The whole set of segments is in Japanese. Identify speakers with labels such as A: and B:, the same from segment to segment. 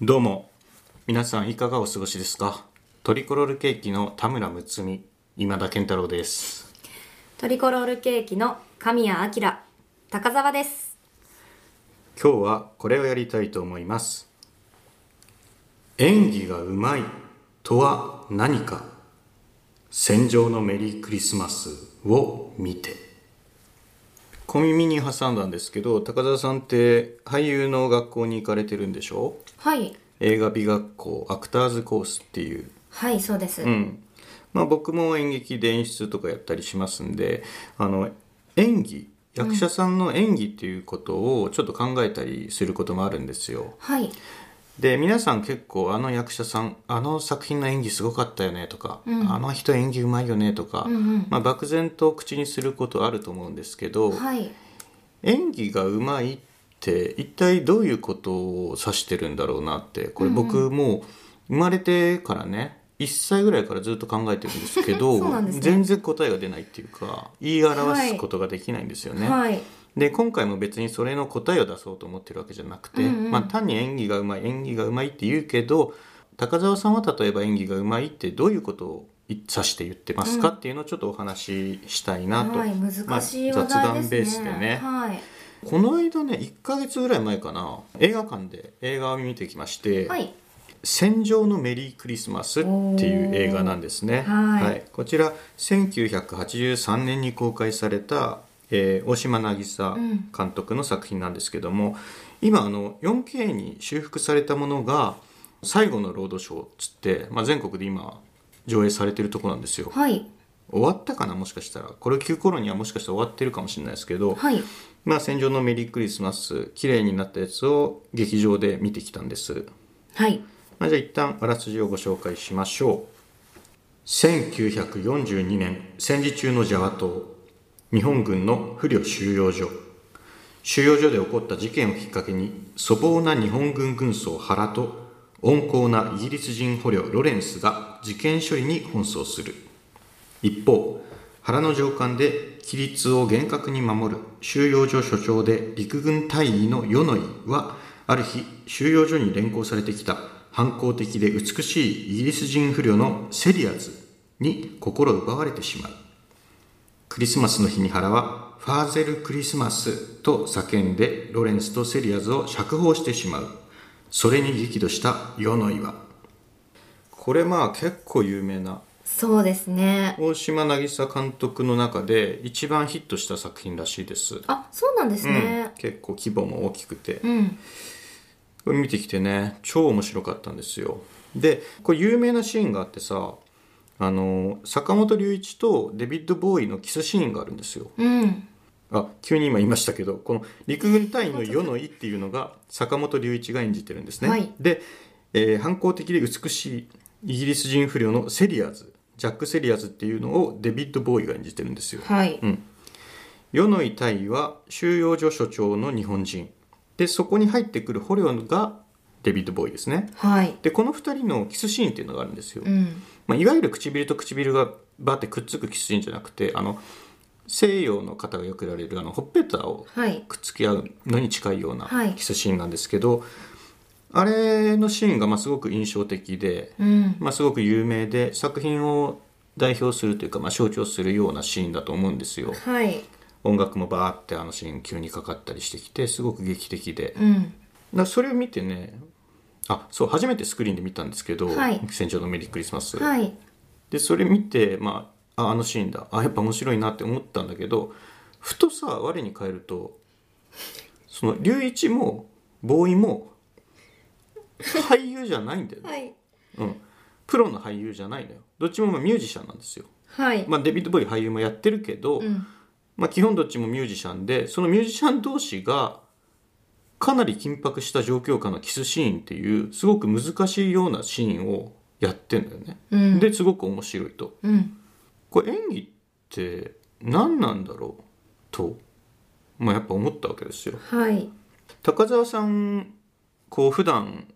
A: どうも皆さんいかがお過ごしですかトリコロールケーキの田村睦美今田健太郎です
B: トリコロールケーキの神谷明高澤です
A: 今日はこれをやりたいと思います演技がうまいとは何か戦場のメリークリスマスを見て小耳に挟んだんですけど高澤さんって俳優の学校に行かれてるんでしょ
B: はい
A: 映画美学校アクターズコースっていう
B: はいそうです、
A: うんまあ、僕も演劇で演出とかやったりしますんであの演技役者さんの演技っていうことをちょっと考えたりすることもあるんですよ。
B: はい
A: で皆さん結構あの役者さんあの作品の演技すごかったよねとか、あの人演技うまいよねとか、
B: うんうん
A: まあ、漠然と口にすることあると思うんですけど、
B: はい
A: 演技がうまいって一体どういうことを指してるんだろうなってこれ僕もう生まれてからね1歳ぐらいからずっと考えてるんですけど
B: そうなんですね
A: 全然答えが出ないっていうか言い表すことができないんですよね。
B: はい
A: で今回も別にそれの答えを出そうと思ってるわけじゃなくて、
B: うんうん
A: まあ、単に演技がうまい演技がうまいって言うけど高澤さんは例えば演技がうまいってどういうことを指して言ってますかっていうのをちょっとお話ししたいなと、
B: はい
A: まあ
B: 難しい話
A: 雑
B: 題ですね、
A: 談ベースでね、
B: はい
A: この間ね1ヶ月ぐらい前かな映画館で映画を見てきまして「
B: はい
A: 戦場のメリークリスマス」っていう映画なんですね、
B: おーはい
A: こちら1983年に公開された、えー大島渚
B: うん
A: 監督の作品なんですけども、今あの 4K に修復されたものが「最後のロードショー」っつって、まあ、全国で今上映されてるとこなんですよ
B: はい
A: 終わったかなもしかしたらこれを聞く頃にはもしかしたら終わってるかもしれないですけど、
B: はい
A: まあ、戦場のメリークリスマス綺麗になったやつを劇場で見てきたんです、
B: はい
A: まあ、じゃあ一旦あらすじをご紹介しましょう1942年戦時中のジャワ島日本軍の不慮収容所収容所で起こった事件をきっかけに粗暴な日本軍軍曹原と温厚なイギリス人捕虜ロレンスが事件処理に奔走する一方原の上官で規律を厳格に守る収容所所長で陸軍大尉の与野井はある日収容所に連行されてきた反抗的で美しいイギリス人不良のセリアズに心奪われてしまうクリスマスの日に原はファーゼルクリスマスと叫んでロレンスとセリアズを釈放してしまうそれに激怒した与野井はこれまあ結構有名な
B: そうですね
A: 大島渚監督の中で一番ヒットした作品らしいです、
B: あそうなんです
A: うん
B: ね、
A: 結構規模も大きくて、
B: うん、
A: これ見てきてね超面白かったんですよでこれ有名なシーンがあってさあの坂本龍一とデビッド・ボーイのキスシーンがあるんですよ
B: うん
A: あ急に今言いましたけどこの陸軍隊員の世の井っていうのが坂本龍一が演じてるんですね、
B: はい
A: で、えー反抗的で美しいイギリス人不良のセリアズジャック・セリアズっていうのをデビッド・ボーイが演じてるんですよ
B: はい、
A: 世の井大尉は収容所所長の日本人でそこに入ってくる捕虜がデビッド・ボーイですね
B: はい
A: でこの2人のキスシーンっていうのがあるんですよ、
B: うん
A: まあ、いわゆる唇と唇がバーってくっつくキスシーンじゃなくてあの西洋の方がよくやられるあのほっぺたを
B: はい
A: くっつき合うのに近いような
B: はい
A: キスシーンなんですけど、あれのシーンがまあすごく印象的で、
B: うん
A: まあ、すごく有名で作品を代表するというか、まあ、象徴するようなシーンだと思うんですよ。
B: はい
A: 音楽もバーってあのシーン急にかかったりしてきてすごく劇的で、だか
B: うん
A: らそれを見てねあそう初めてスクリーンで見たんですけど「
B: はい
A: 戦場のメリークリスマス」
B: はい
A: でそれ見て、まあ、ああのシーンだあやっぱ面白いなって思ったんだけどふとさ我に返るとその龍一もボーイも俳優じゃないんだよね、
B: はい
A: うん、プロの俳優じゃないのよどっちもまあミュージシャンなんですよ、
B: はい、
A: まあ、デビッド・ボーイ俳優もやってるけど、
B: うん
A: まあ、基本どっちもミュージシャンでそのミュージシャン同士がかなり緊迫した状況下のキスシーンっていうすごく難しいようなシーンをやってんだよね、
B: うん
A: ですごく面白いと
B: うん
A: これ演技って何なんだろうと、まあ、やっぱ思ったわけですよ
B: はい
A: 高澤さんこう普段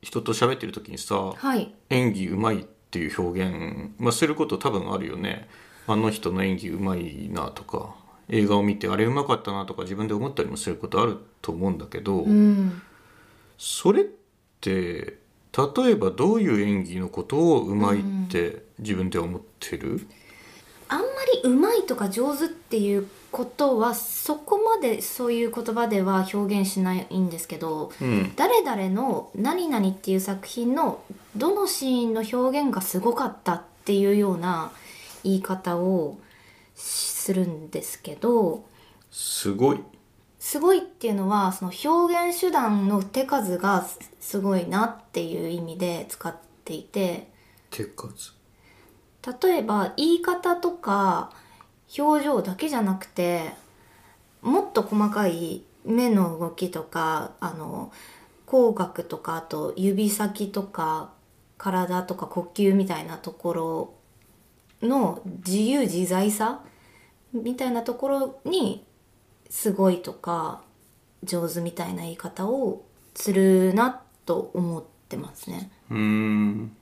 A: 人と喋ってる時にさ
B: はい
A: 演技うまいっていう表現、まあ、すること多分あるよねあの人の演技うまいなとか映画を見てあれうまかったなとか自分で思ったりもすることあると思うんだけど、
B: うん
A: それっって例えばどういう演技のことをうまいって自分では思ってる、
B: あんまりうまいとか上手っていうことはそこまでそういう言葉では表現しないんですけど
A: うん
B: 誰々の「何々」っていう作品のどのシーンの表現がすごかったっていうような言い方をするんですけど
A: すごい
B: すごいっていうのはその表現手段の手数がすすごいなっていう意味で使っていて
A: 手数
B: 例えば言い方とか表情だけじゃなくてもっと細かい目の動きとかあの口角とかあと指先とか体とか呼吸みたいなところの自由自在さみたいなところにすごいとか上手みたいな言い方をするなと思ってますね。
A: うーん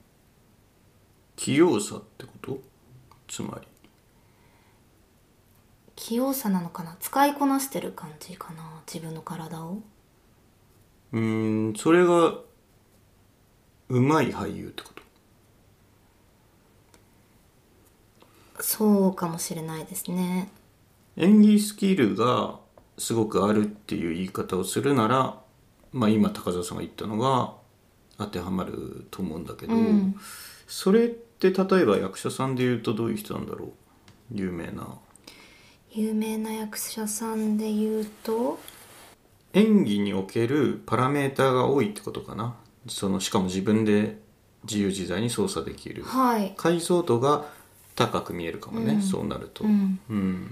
A: 器用さってことつまり
B: 器用さなのかな使いこなしてる感じかな自分の体を
A: うーんそれがうまい俳優ってこと
B: そうかもしれないですね
A: 演技スキルがすごくあるっていう言い方をするなら、まあ、今高澤さんが言ったのが当てはまると思うんだけど、
B: うん
A: それって例えば役者さんで言うとどういう人なんだろう有名な
B: 有名な役者さんで言うと
A: 演技におけるパラメーターが多いってことかなそのしかも自分で自由自在に操作できる
B: はい、
A: 解像度が高く見えるかもね、
B: うん
A: そうなると
B: うん、
A: うん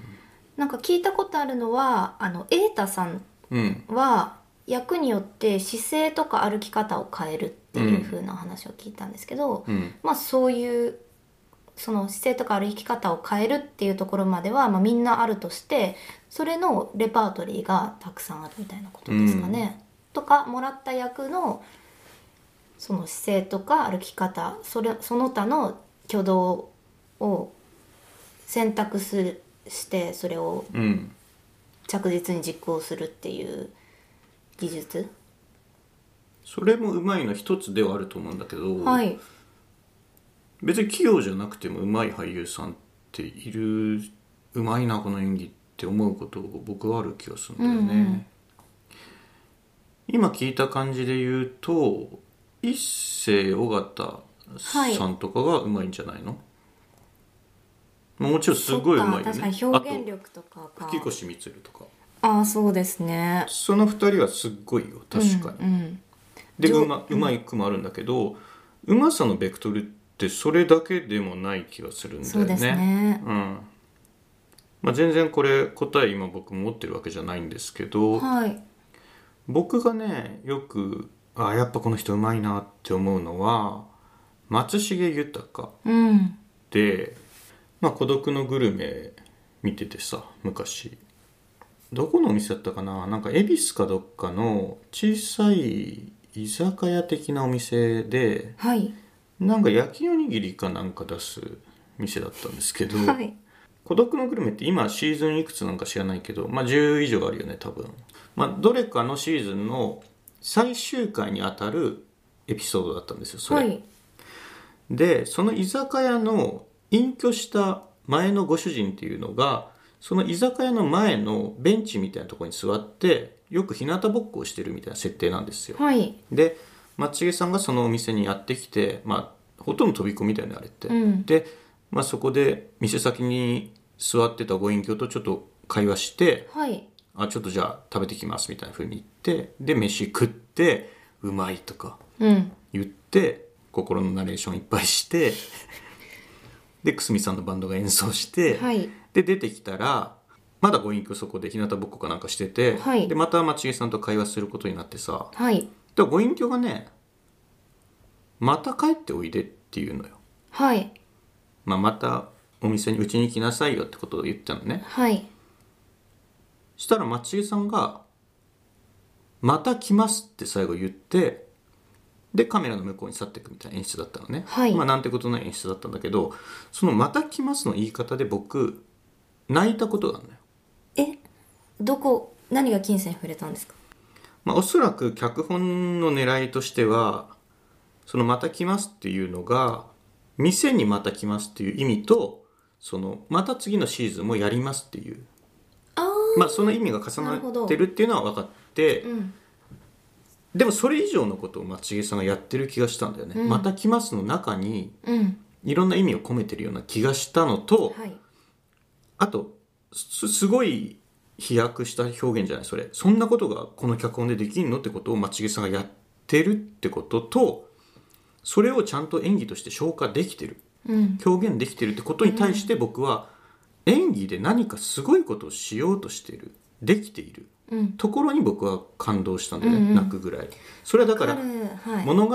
B: なんか聞いたことあるのはあの瑛太さん
A: うん
B: は役によって姿勢とか歩き方を変えるっていう風な話を聞いたんですけど、
A: うん
B: まあそういうその姿勢とか歩き方を変えるっていうところまでは、まあ、みんなあるとしてそれのレパートリーがたくさんあるみたいなことですかね。とかもらった役のその姿勢とか歩き方それその他の挙動を選択するしてそれを
A: うん
B: 着実に実行するっていう技術、
A: それもうまいの一つではあると思うんだけど、
B: はい
A: 別に器用じゃなくてもうまい俳優さんっているうまいなこの演技って思うこと僕はある気がするんだよね、
B: うんうん
A: 今聞いた感じで言うと一世尾形さんとかがうまいんじゃないの、まあもちろんすごいうまいよ
B: そっ
A: ね
B: か確かに表現力とか
A: あ
B: が
A: と吹越光とか
B: ああそうですね
A: その二人はすっごいよ確かに、
B: うんうん
A: で
B: 上
A: うまうまい句もあるんだけどうまさのベクトルってそれだけでもない気がするんだよね。
B: そうですね
A: うんまあ、全然これ答え今僕持ってるわけじゃないんですけど
B: はい
A: 僕がねよくあやっぱこの人うまいなって思うのは松重豊
B: うん
A: で、まあ、孤独のグルメ見ててさ昔どこのお店だったかななんか恵比寿かどっかの小さい居酒屋的なお店で
B: はい
A: なんか焼きおにぎりかなんか出す店だったんですけど、
B: はい
A: 孤独のグルメって今シーズンいくつなんか知らないけど、まあ、10以上あるよね多分、まあ、どれかのシーズンの最終回にあたるエピソードだったんですよそれ、
B: はい
A: でその居酒屋の隠居した前のご主人っていうのがその居酒屋の前のベンチみたいなところに座ってよく日向ぼっこをしてるみたいな設定なんですよ
B: はい
A: で松重さんがそのお店にやってきてまあほとんど飛び込みだよねあれって、
B: うん
A: で、まあ、そこで店先に座ってたご隠居とちょっと会話して
B: はい
A: あちょっとじゃあ食べてきますみたいな風に言ってで飯食ってうまいとか
B: うん
A: 言って心のナレーションいっぱいして で久住さんのバンドが演奏して、
B: はい
A: で出てきたらまだご隠居そこで日向ぼっこかなんかしてて、
B: はい
A: でまた松重さんと会話することになってさ
B: はい
A: でご隠居がね「また帰っておいで」って言うのよ。
B: はい
A: まあ、またお店にうちに来なさいよってことを言ったのね
B: はい
A: したら松重さんが「また来ます」って最後言ってでカメラの向こうに去っていくみたいな演出だったのね、
B: はい
A: まあなんてことない演出だったんだけどその「また来ます」の言い方で僕泣いたことがあるのよ
B: えどこ何が金銭に触れたんですか
A: まあ、おそらく脚本の狙いとしてはその「また来ます」っていうのが店にまた来ますっていう意味とそのまた次のシーズンもやりますっていう、
B: あ
A: まあ、その意味が重なってるっていうのは分かって、
B: ーうん
A: でもそれ以上のことを松重さんがやってる気がしたんだよね。
B: うん
A: また来ますの中に
B: うん
A: いろんな意味を込めてるような気がしたのと、
B: はい
A: あとすすごい飛躍した表現じゃないそれそんなことがこの脚本でできんのってことを松重さんがやってるってこととそれをちゃんと演技として消化できてる
B: うん
A: 表現できてるってことに対して僕は演技で何かすごいことをしようとしてるできている
B: うん
A: ところに僕は感動したんだよね、
B: うんうん
A: 泣くぐらいそれはだから
B: わるはい
A: 物語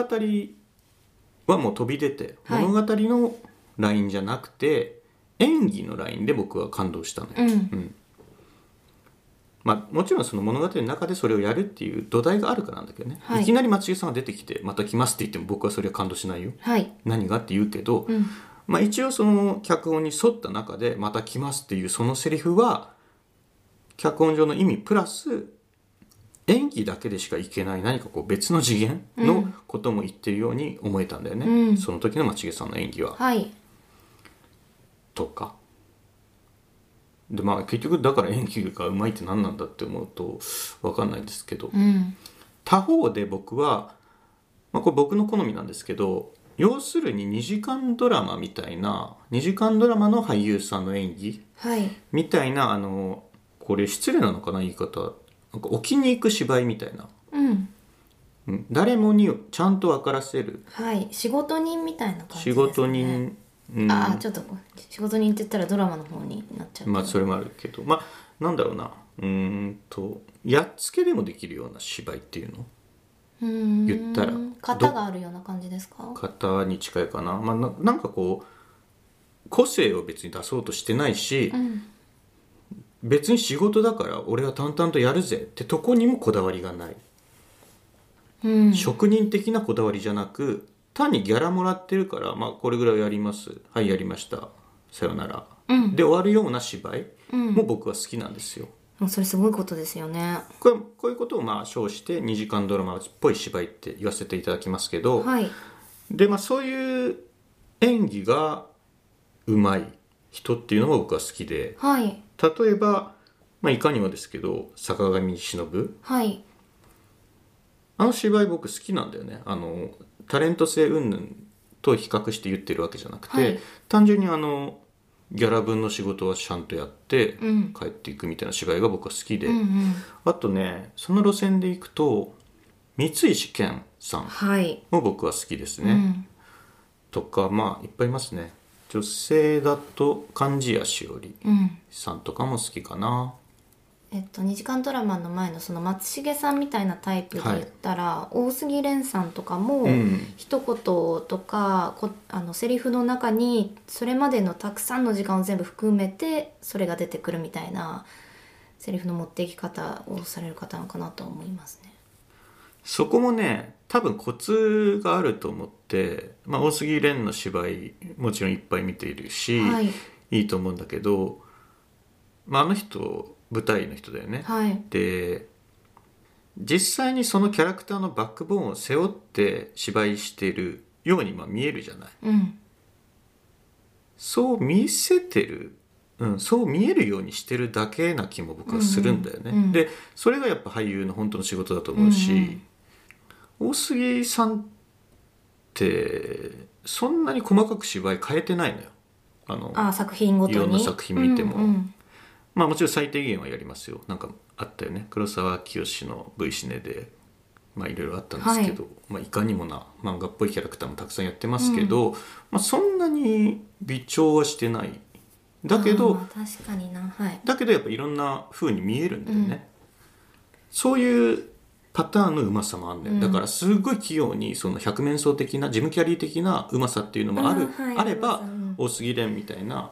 A: はもう飛び出て、
B: はい
A: 物語のラインじゃなくて演技のラインで僕は感動したのよ、
B: うん
A: まあ、もちろんその物語の中でそれをやるっていう土台があるからなんだけどね、
B: はい
A: いきなり松重さんが出てきて「また来ます」って言っても僕はそれは感動しないよ
B: はい
A: 何がって言うけど、
B: うん
A: まあ、一応その脚本に沿った中で「また来ます」っていうそのセリフは脚本上の意味プラス演技だけでしかいけない何かこう別の次元
B: う
A: の
B: ん
A: ことも言ってるように思えたんだよね、
B: うん
A: その時の町重さんの演技は。
B: はい
A: とかでまあ結局だから演技がうまいって何なんだって思うと分かんないですけど
B: うん
A: 他方で僕は、まあ、これ僕の好みなんですけど要するに2時間ドラマみたいな2時間ドラマの俳優さんの演技
B: はい
A: みたいなあのこれ失礼なのかな言い方なんか置きに行く芝居みたいな、
B: うん
A: うん、誰もにちゃんと分からせる
B: はい仕事人みたいな感じです、ね、
A: 仕事人、うん
B: ああちょっと仕事人って言ったらドラマの方になっちゃう
A: まあそれもあるけどまあなんだろうなうーんとやっつけでもできるような芝居っていうの
B: うーん
A: 言ったら
B: 型があるような感じですか
A: 方に近いかな,、まあ、ななんかこう個性を別に出そうとしてないし、
B: うん
A: 別に仕事だから俺は淡々とやるぜってとこにもこだわりがない、
B: うん
A: 職人的なこだわりじゃなく単にギャラもらってるから、まあ、これぐらいやりますはいやりましたさよなら、
B: うん
A: で終わるような芝居
B: うん
A: も僕は好きなんですよ、
B: もうそれすごいことですよね
A: これこういうことをまあ称して2時間ドラマっぽい芝居って言わせていただきますけど、
B: はい
A: でまあそういう演技がうまい人っていうのが僕は好きで
B: はい
A: 例えば、まあ、いかにもですけど坂上忍
B: はい
A: あの芝居僕好きなんだよねあのタレント性云々と比較して言ってるわけじゃなくて、
B: はい
A: 単純にあのギャラ分の仕事はちゃんとやって
B: うん
A: 帰っていくみたいな芝居が僕は好きで、
B: うんうん
A: あとねその路線で行くと三石健さん
B: はい
A: も僕は好きです
B: う
A: ね、
B: ん
A: とかまあいっぱいいますね女性だと貫地谷しおり
B: うん
A: さんとかも好きかな
B: えっと2時間ドラマの前のその松重さんみたいなタイプで言ったら、大杉蓮さんとかも、
A: うん
B: 一言とかこあのセリフの中にそれまでのたくさんの時間を全部含めてそれが出てくるみたいなセリフの持っていき方をされる方なのかなと思いますね。
A: そこもね多分コツがあると思って、まあ、大杉蓮の芝居もちろんいっぱい見ているし、
B: はい
A: い、いと思うんだけど、まあ、あの人舞台の人だよね、
B: はい
A: で実際にそのキャラクターのバックボーンを背負って芝居してるようにまあ見えるじゃない
B: うん
A: そう見せてる、うん、そう見えるようにしてるだけな気も僕はするんだよね、
B: うんうんうん
A: でそれがやっぱ俳優の本当の仕事だと思うし、大杉さんってそんなに細かく芝居変えてないのよあの
B: あ作品ごとに
A: いろんな作品見ても
B: うんうん
A: まあもちろん最低限はやりますよなんかあったよね黒沢清の V シネでまあいろいろあったんですけど、まあ、いかにもな漫画っぽいキャラクターもたくさんやってますけど、まあ、そんなに微調はしてないだけ
B: あ
A: ど
B: ー確かになはい
A: だけどやっぱいろんな風に見えるんだよね、
B: うん
A: そういうパターンのうまさもあんだよ、
B: うん
A: だからすごい器用にその百面相的なジム・キャリー的なうまさっていうのもある、
B: あーはい
A: あれば
B: うまさ
A: 大杉蓮みたいな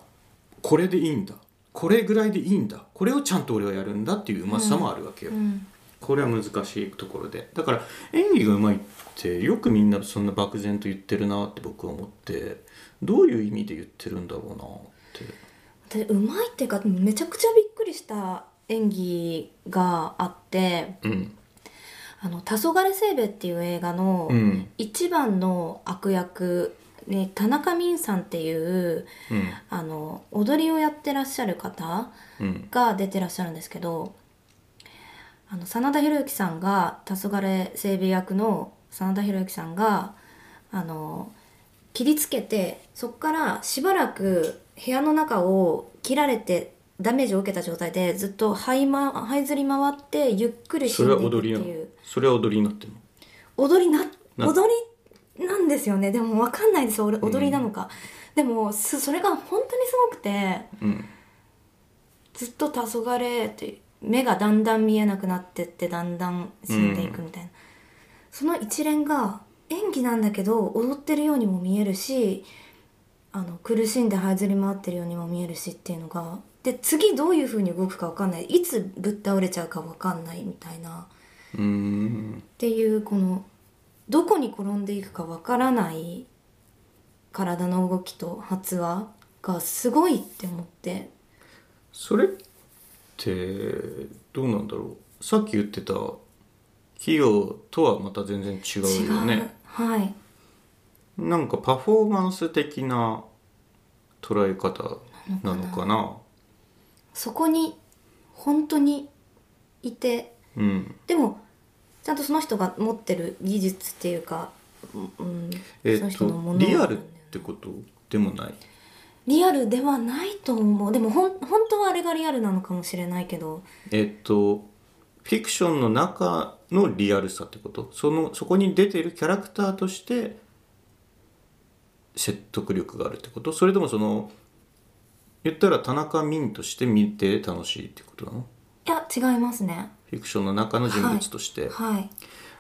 A: これでいいんだこれぐらいでいいんだこれをちゃんと俺はやるんだっていううまさもあるわけよ、
B: うん
A: これは難しいところでだから演技がうまいってよくみんなそんな漠然と言ってるなって僕は思ってどういう意味で言ってるんだろうなって。
B: 私うまいっていうかめちゃくちゃびっくりした演技があって
A: うん
B: あの「黄昏清兵衛」っていう映画の
A: うん
B: 一番の悪役、ね、田中泯さんっていう
A: うん
B: あの踊りをやってらっしゃる方
A: うん
B: が出てらっしゃるんですけどあの真田広之さんが黄昏整備役の真田広之さんがあの切りつけてそこからしばらく部屋の中を切られてダメージを受けた状態でずっと這い,、ま、這いずり回ってゆっくり死
A: そ
B: ん
A: れ
B: で
A: はい
B: くっ
A: 踊
B: て
A: りなの
B: いう
A: それは踊りになってるの
B: 踊りな
A: な
B: 踊りなんですよねでも分かんないです俺踊りなのか、でもすそれが本当にすごくて。
A: うん
B: ずっと黄昏って目がだんだん見えなくなってってだんだん死んでいくみたいな、その一連が演技なんだけど踊ってるようにも見えるしあの苦しんで這いずり回ってるようにも見えるしっていうのがで次どういう風に動くか分かんないいつぶっ倒れちゃうか分かんないみたいな
A: うーん
B: っていうこのどこに転んでいくか分からない体の動きと発話がすごいって思って
A: それってどうなんだろうさっき言ってた企業とはまた全然違うよね
B: はい
A: なんかパフォーマンス的な捉え方なのかな
B: そこに本当にいて
A: うん
B: でもちゃんとその人が持ってる技術っていうか、うん、
A: え
B: その
A: っ
B: 人のも
A: と
B: の
A: リアルってことでもない
B: リアルではないと思うでもほん本当はあれがリアルなのかもしれないけど
A: えっとフィクションの中のリアルさってことそのそこに出てるキャラクターとして説得力があるってことそれともその言ったら田中泯として見て楽しいってことなの
B: いや違いますね
A: フィクションの中の人物として、
B: はい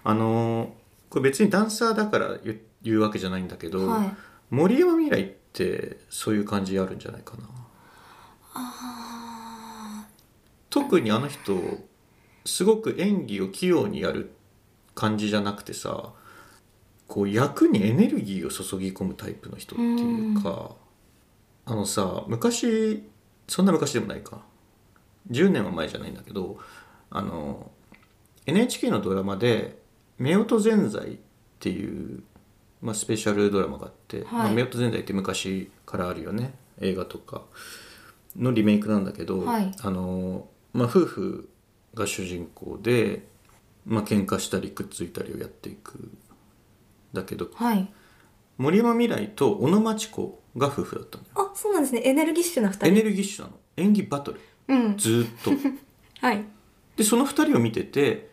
A: あのーこれ別にダンサーだから言う言うわけじゃないんだけど、
B: はい
A: 森山未来ってそういう感じあるんじゃないかな
B: あ
A: 特にあの人すごく演技を器用にやる感じじゃなくてさこう役にエネルギーを注ぎ込むタイプの人っていうか、あのさ昔そんな昔でもないか10年は前じゃないんだけどあの NHK のドラマで「夫婦全財」っていう、まあ、スペシャルドラマがあって「
B: い
A: まあ、夫婦全財」って昔からあるよね映画とかのリメイクなんだけど、
B: はい
A: あのまあ、夫婦が主人公で、まあ喧嘩したりくっついたりをやっていくだけど
B: ーはい
A: 森山未来と小野町子が夫婦だったのよ
B: あそうなんですねエネルギッシュな
A: エ
B: 2人
A: ネルギッシュなの演技バトル
B: うん
A: ずーっ と
B: はい
A: でその2人を見てて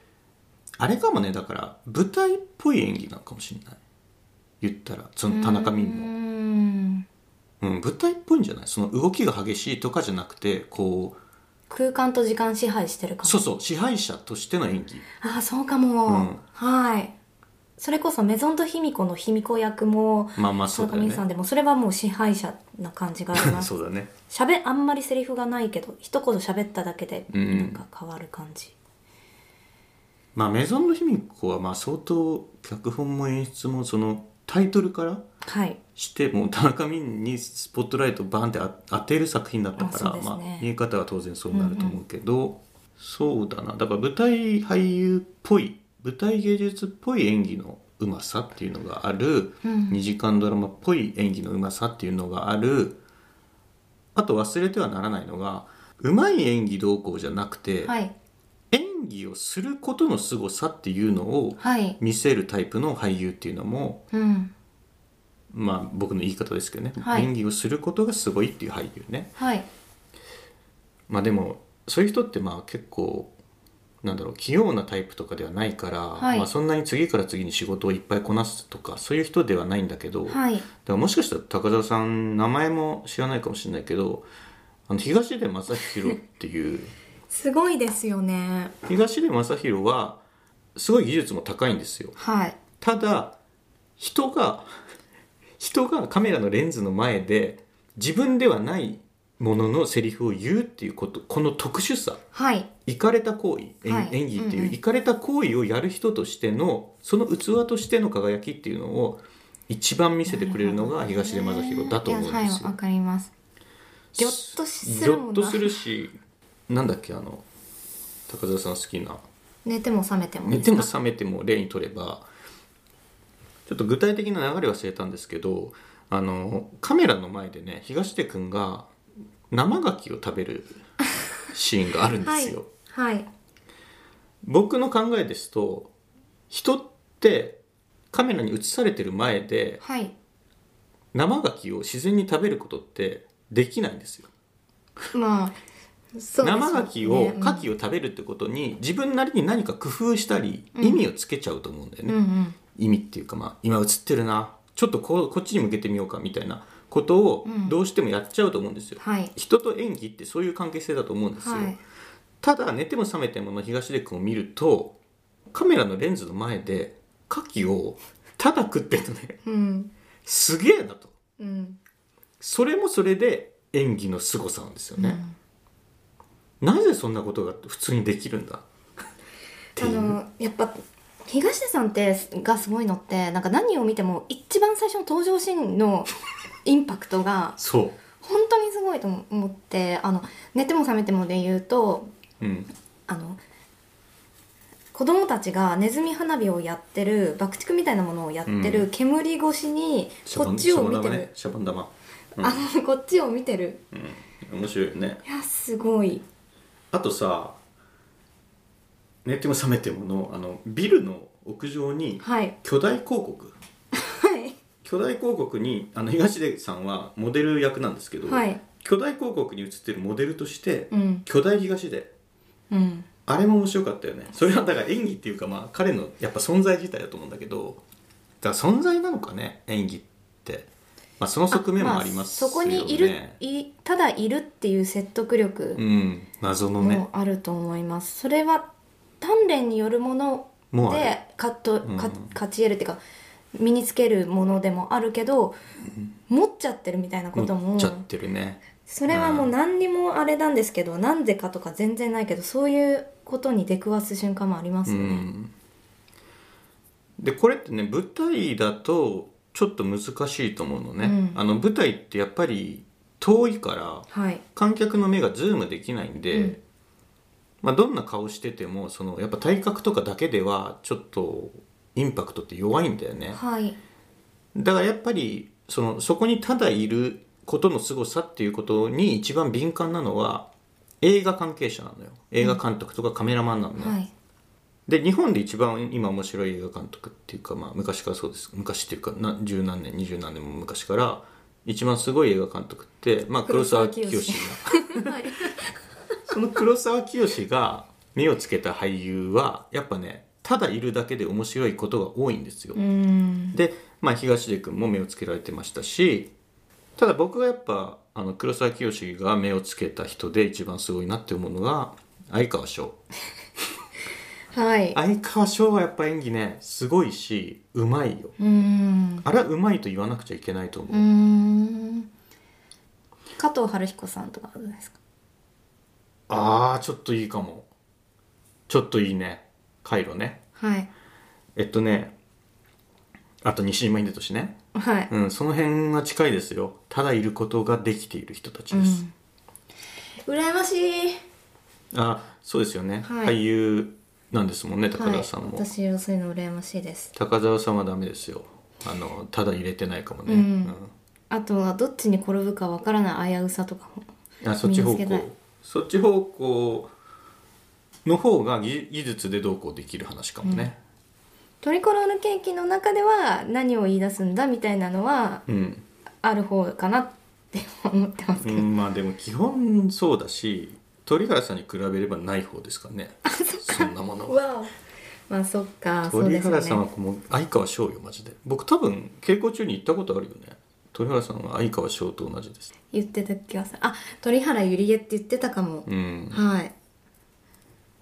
A: あれかもねだから舞台っぽい演技なのかもしれない言ったらその田中泯も
B: も
A: うん、舞台っぽいんじゃないその動きが激しいとかじゃなくてこう
B: 空間と時間支配してる感じ
A: そうそう支配者としての演技
B: ああそうかも、
A: うん
B: はいそれこそメゾンと卑弥呼の卑弥呼役も
A: まあまあ
B: 田
A: そう
B: 中
A: だよ
B: 美さん
A: ね
B: でもそれはもう支配者な感 じがあります
A: そうだね
B: 喋あんまりセリフがないけど一言喋っただけで
A: うん
B: なんか変わる感じ、
A: まあメゾンの卑弥呼はまあ相当脚本も演出もそのタイトルから
B: はい
A: してもう田中泯にスポットライトバンってあ当てる作品だったから、
B: あそうです
A: ま
B: ね
A: あ、見え方は当然そうなると思うけど、そうだなだから舞台俳優っぽい舞台芸術っぽい演技のうまさっていうのがある、
B: うん
A: 2時間ドラマっぽい演技のうまさっていうのがあるあと忘れてはならないのがうまい演技動向じゃなくて、
B: はい
A: 演技をすることの凄さっていうのを
B: はい
A: 見せるタイプの俳優っていうのも
B: うん
A: まあ僕の言い方ですけどね、
B: はい
A: 演技をすることがすごいっていう俳優ね
B: はい
A: まあでもそういう人ってまあ結構なんだろう器用なタイプとかではないから、
B: はい
A: まあ、そんなに次から次に仕事をいっぱいこなすとかそういう人ではないんだけど、だか
B: はい
A: らもしかしたら高澤さん名前も知らないかもしれないけどあの東出昌大って いう
B: すごいですよね
A: 東出昌大はすごい技術も高いんですよ
B: はい
A: ただ人が人がカメラのレンズの前で自分ではないもののセリフを言うっていうことこの特殊さ
B: はい
A: いかれた行為、演
B: はい
A: 演技って
B: うん
A: いううんいかれた行為をやる人としてのその器としての輝きっていうのを一番見せてくれるのが東出昌大だと思うん
B: いや
A: です
B: はいわ
A: よ。
B: かりますぎょっとするもんな
A: ぎょっとするしなんだっけあの高澤さん好きな
B: 寝ても覚めても
A: 寝
B: です
A: て
B: か
A: も覚めても例にとればちょっと具体的な流れ忘れたんですけどあのカメラの前でね東出君が生牡蠣を食べ るシーンがあるんですよ。
B: はい、はい、
A: 僕の考えですと人ってカメラに映されてる前で
B: はい、
A: 生牡蠣を自然に食べることってできないんですよ。
B: まあそうですよね
A: 生牡蠣を
B: うん
A: 牡蠣を食べるってことに自分なりに何か工夫したり
B: うん
A: 意味をつけちゃうと思うんだよね。
B: うんうん
A: 意味っていうか、まあ、今映ってるなちょっとこうこっちに向けてみようかみたいなことを
B: うん
A: どうしてもやっちゃうと思うんですよ、
B: はい
A: 人と演技ってそういう関係性だと思うんですよ、
B: はい
A: ただ寝ても覚めてもの東出君を見るとカメラのレンズの前で牡蠣をただ食ってるのね
B: うん
A: すげえなと
B: うん
A: それもそれで演技の凄さなんですよね、なぜそんなことが普通にできるんだって
B: あ
A: いう
B: のやっぱ東出さんってがすごいのってなんか何を見ても一番最初の登場シーンのインパクトが
A: そ
B: 本当にすごいと思ってあの寝ても覚めてもで言うと
A: う、うん、
B: あの子供たちがネズミ花火をやってる爆竹みたいなものをやって
A: う
B: る
A: ん
B: 煙越しに
A: シャ
B: こ
A: ボ
B: っ
A: ン
B: ちを見て
A: シャボン玉ね
B: る、
A: シャボン玉、うん
B: あのこっちを見てる
A: うん、面白いよね
B: いやすごい
A: あとさ寝ても覚めてものあのビルの屋上に
B: はい
A: 巨大広告
B: はい
A: 巨大広告にあの東出さんはモデル役なんですけど、
B: はい
A: 巨大広告に映ってるモデルとして、
B: うん
A: 巨大東出
B: うん
A: あれも面白かったよねそれはだから演技っていうか、まあ、彼のやっぱ存在自体だと思うんだけどだから存在なのかね演技って、まあ、その側面もありますよ、
B: あ
A: ね
B: あそこにいるいただいるっていう説得力
A: うん謎のね
B: もあると思います、それは鍛錬によるもの
A: もうある
B: でかっと、
A: うん
B: か勝ち得るっていうか身につけるものでもあるけど、持っちゃってるみたいなこと
A: 持
B: も
A: っちゃってるね
B: それはもううん何にもあれなんですけどなんでかとか全然ないけどそういうことに出くわす瞬間もありますよ
A: う
B: ね。
A: ん、でこれってね舞台だとちょっと難しいと思うのね、
B: うん
A: あの舞台ってやっぱり遠いから
B: はい、
A: 観客の目がズームできないんで、
B: うん
A: まあ、どんな顔しててもそのやっぱ体格とかだけではちょっとインパクトって弱いんだよね
B: はい、
A: だからやっぱりそのそこにただいることの凄さっていうことに一番敏感なのは映画関係者なのよ映画監督とかカメラマンなのね、
B: はい、
A: で日本で一番今面白い映画監督っていうか、まあ、昔からそうです昔っていうかな十何年二十何年も昔から一番すごい映画監督って、まあ、黒沢清が
B: 黒沢はい、
A: その黒沢清が目をつけた俳優はやっぱねただいるだけで面白いことが多いんですよ。
B: うん、
A: で、まあ、東出君も目をつけられてましたしただ僕がやっぱあの黒沢清が目をつけた人で一番すごいなって思うのが相川翔。
B: はい、
A: 相川翔はやっぱ演技ねすごいしうまいよ
B: うん、
A: あらうまいと言わなくちゃいけないと思
B: う
A: う、
B: ん、加藤晴彦さんとかどうですか。
A: ああちょっといいかもちょっといいね回路ね
B: はい、
A: えっとねあと西島秀俊ね
B: はい、
A: うんその辺が近いですよただいることができている人たち
B: う
A: です、
B: ん、羨ましい。
A: あそうですよね、
B: はい
A: 俳優なんですもんね高
B: はい
A: 田さん、も、
B: 私はそういうの羨ましいです。
A: 高沢さんはダメですよあのただ入れてないかもね、
B: うんあとはどっちに転ぶかわからない危うさとかも。
A: あそっち方
B: 身につけたい
A: 向そっち方向の方が技技術でどうこうできる話かもね
B: トリコロールケーキの中では何を言い出すんだみたいなのは
A: うん、
B: ある方かなって思ってます
A: う
B: け
A: ん
B: ど、
A: まあでも基本そうだし鳥原さんに比べればない方です からねそんなものは
B: わおまあそっかそう
A: 鳥
B: です
A: 原
B: よ
A: さんは
B: ね
A: もう相川翔よマジで僕多分稽古中に行ったことあるよね鳥原さんは相川翔と同じです
B: 言ってた気がするあ鳥原ゆりえって言ってたかも、
A: うん、
B: はい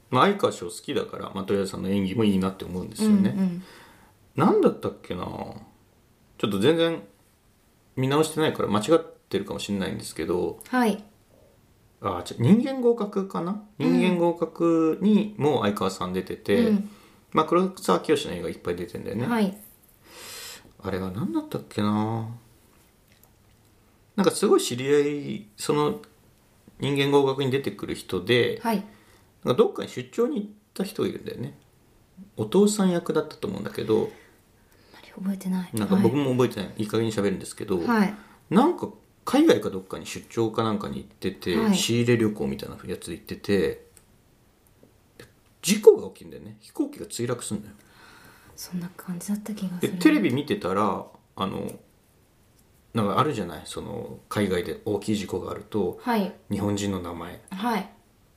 A: まあ、相川翔好きだから、まあ、鳥原さんの演技もいいなって思うんです
B: う
A: よ
B: ん
A: ね、
B: うん
A: なんだったっけなちょっと全然見直してないから間違ってるかもしれないんですけど
B: はい
A: あ違う人間合格かな、人間合格にも相川さん出てて、
B: うん
A: まあ、黒沢清の映画いっぱい出てんだよね、
B: はい
A: あれが何だったっけななんかすごい知り合いその人間合格に出てくる人で、
B: はい
A: なんかどっかに出張に行った人がいるんだよねお父さん役だったと思うんだけど
B: あまり覚えてない
A: なんか僕も覚えてない、い、い加減に喋るんですけど、
B: はい、はい
A: なんか海外かどっかに出張かなんかに行ってて、
B: はい
A: 仕入れ旅行みたいなやつで行っててで事故が起きるんだよね飛行機が墜落するんだよ
B: そんな感じだった気がす
A: で
B: る
A: テレビ見てたらあのなんかあるじゃないその海外で大きい事故があると
B: はい
A: 日本人の名前
B: はい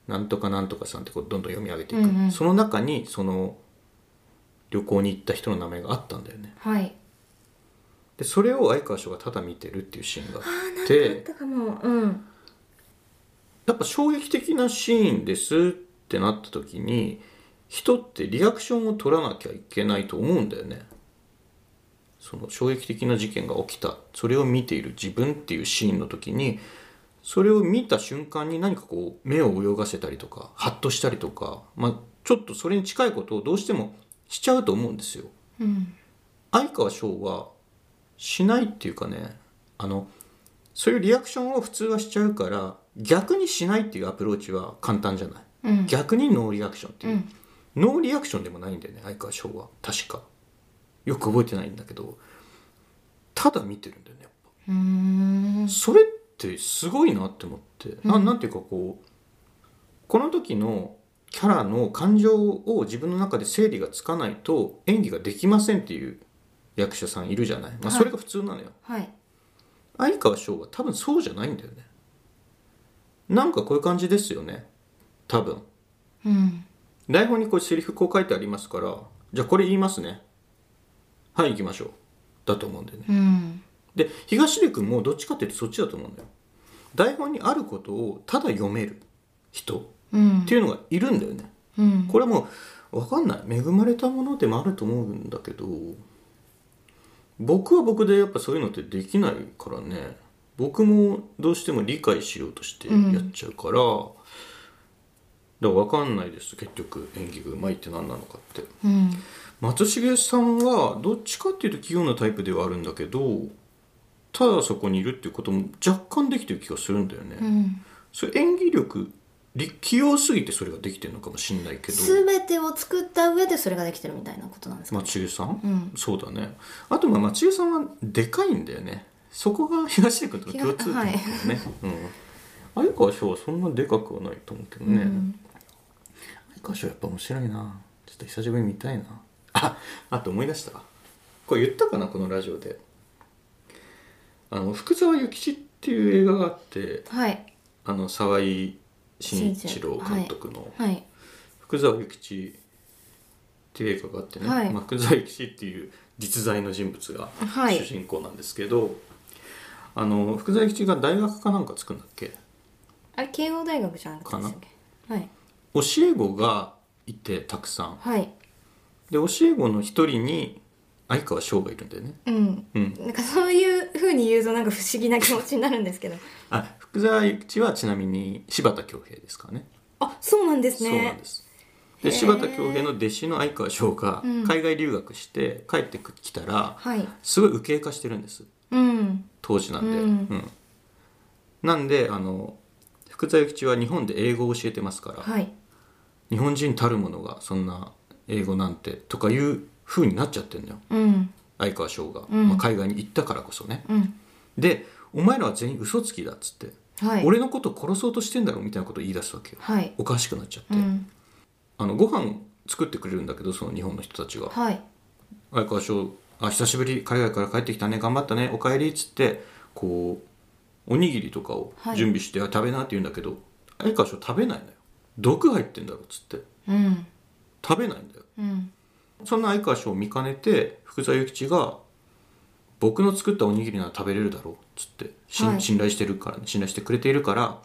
A: なんとかなんとかさんってこうどんどん読み上げていく、
B: うんうん
A: その中にその旅行に行った人の名前があったんだよね
B: はい
A: でそれを相川翔がただ見てるっていうシーンがあ
B: あーなん
A: っ
B: かあってたかもうん
A: やっぱ衝撃的なシーンですってなった時に人ってリアクションを取らなきゃいけないと思うんだよねその衝撃的な事件が起きたそれを見ている自分っていうシーンの時にそれを見た瞬間に何かこう目を泳がせたりとかハッとしたりとか、まあ、ちょっとそれに近いことをどうしてもしちゃうと思うんですよ
B: うん
A: 相川翔はしないっていうかねあのそういうリアクションを普通はしちゃうから逆にしないっていうアプローチは簡単じゃない、
B: うん
A: 逆にノーリアクションって
B: う
A: いう、
B: ん
A: ノーリアクションでもないんだよね相川翔は確かよく覚えてないんだけどただ見てるんだよねやっぱ
B: うーん
A: それってすごいなって思って、な
B: うん
A: なんていうかこうこの時のキャラの感情を自分の中で整理がつかないと演技ができませんっていう役者さんいるじゃない、まあ、
B: はい
A: それが普通なのよ、
B: はい
A: 相川翔は多分そうじゃないんだよねなんかこういう感じですよね多分
B: うん
A: 台本にこうセリフこう書いてありますからじゃあこれ言いますねはい行きましょうだと思うんだよね
B: うん
A: で東出君もどっちかっていうとそっちだと思うんだよ台本にあることをただ読める人っ
B: うん
A: ていうのがいるんだよね
B: うん
A: これはもう分かんない恵まれたものでもあると思うんだけど僕は僕でやっぱそういうのってできないからね僕もどうしても理解しようとしてやっちゃうから、だから分かんないです結局演技がうまいって何なのかって
B: うん
A: 松重さんはどっちかっていうと器用なタイプではあるんだけどただそこにいるっていうことも若干できてる気がするんだよね、
B: うん
A: それ演技力り器用すぎてそれができてるのかもしれないけど
B: 全てを作った上でそれができてるみたいなことなんですか、
A: 松重さん、
B: うん
A: そうだねあとまあ松重さんはでかいんだよねそこが東出君との共通点だよね、うん、相川翔はそんなでかくはないと思うけどね、
B: うん
A: 相川翔やっぱ面白いなちょっと久しぶりに見たいな ああと思い出したこれ言ったかなこのラジオであの福沢諭吉っていう映画があって
B: はい
A: あの沢井慎一郎監督の
B: はい
A: 福沢諭吉っていう映画があってね、
B: はい
A: まあ、福沢諭吉っていう実在の人物が
B: はい
A: 主人公なんですけど、あの福沢諭吉が大学かなんかつくんだっけ
B: あれ慶応大学じゃなかったですっけはい
A: 教え子がいてたくさん
B: はい
A: で教え子の一人に相川翔がいるんだよね
B: うん
A: うん
B: なんかそういう風に言うとなんか不思議な気持ちになるんですけど
A: あ福沢諭吉はちなみに柴田恭平ですからね
B: あそうなんですね
A: そうなんです
B: へ
A: で
B: ー
A: 柴田恭平の弟子の相川翔が
B: うん
A: 海外留学して帰ってきたら、
B: はい
A: すごい右傾化してるんです
B: うん
A: 当時なんで、
B: うん
A: うんなんであの福沢諭吉は日本で英語を教えてますから、
B: はい
A: 日本人たるものがそんな英語なんてとかいう風になっちゃってるのよ
B: うん
A: 相川翔が、
B: うん
A: まあ、海外に行ったからこそね
B: うん
A: でお前らは全員嘘つきだっつって、
B: はい
A: 俺のこと殺そうとしてんだろみたいなことを言い出すわけよ
B: はい
A: おかしくなっちゃって、
B: うん
A: あのご飯作ってくれるんだけどその日本の人たちが
B: はい
A: 相川翔あ久しぶり海外から帰ってきたね頑張ったねおかえりっつってこうおにぎりとかを
B: はい
A: 準備して、あ食べなって言うんだけど相川翔食べないのよ毒入ってんだろっつって
B: うん
A: 食べないんだよ
B: うん
A: そんな相川翔を見かねて福沢諭吉が「僕の作ったおにぎりなら食べれるだろう」っつって、しん
B: はい
A: 信頼してるからね信頼してくれているから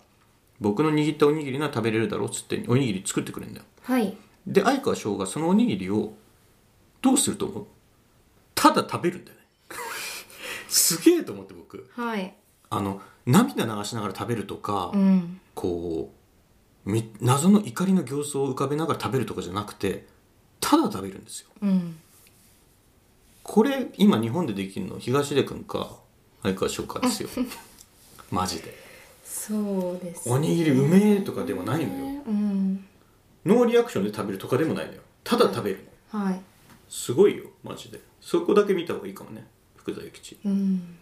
A: 僕の握ったおにぎりなら食べれるだろうっつっておにぎり作ってくれるんだよ
B: はい
A: で相川翔がそのおにぎりをどうすると思うただ食べるんだよ ねすげえと思って僕
B: はい
A: あの涙流しながら食べるとか、
B: うん
A: こうみ謎の怒りの形相を浮かべながら食べるとかじゃなくてただ食べるんですよ
B: うん
A: これ今日本でできるの東出君か相川翔か ですよマジで
B: そうです
A: おにぎりうめえとかでもないのよ
B: うん
A: ノーリアクションで食べるとかでもないのよただ食べる
B: はい
A: すごいよマジでそこだけ見た方がいいかもね福沢諭吉
B: うん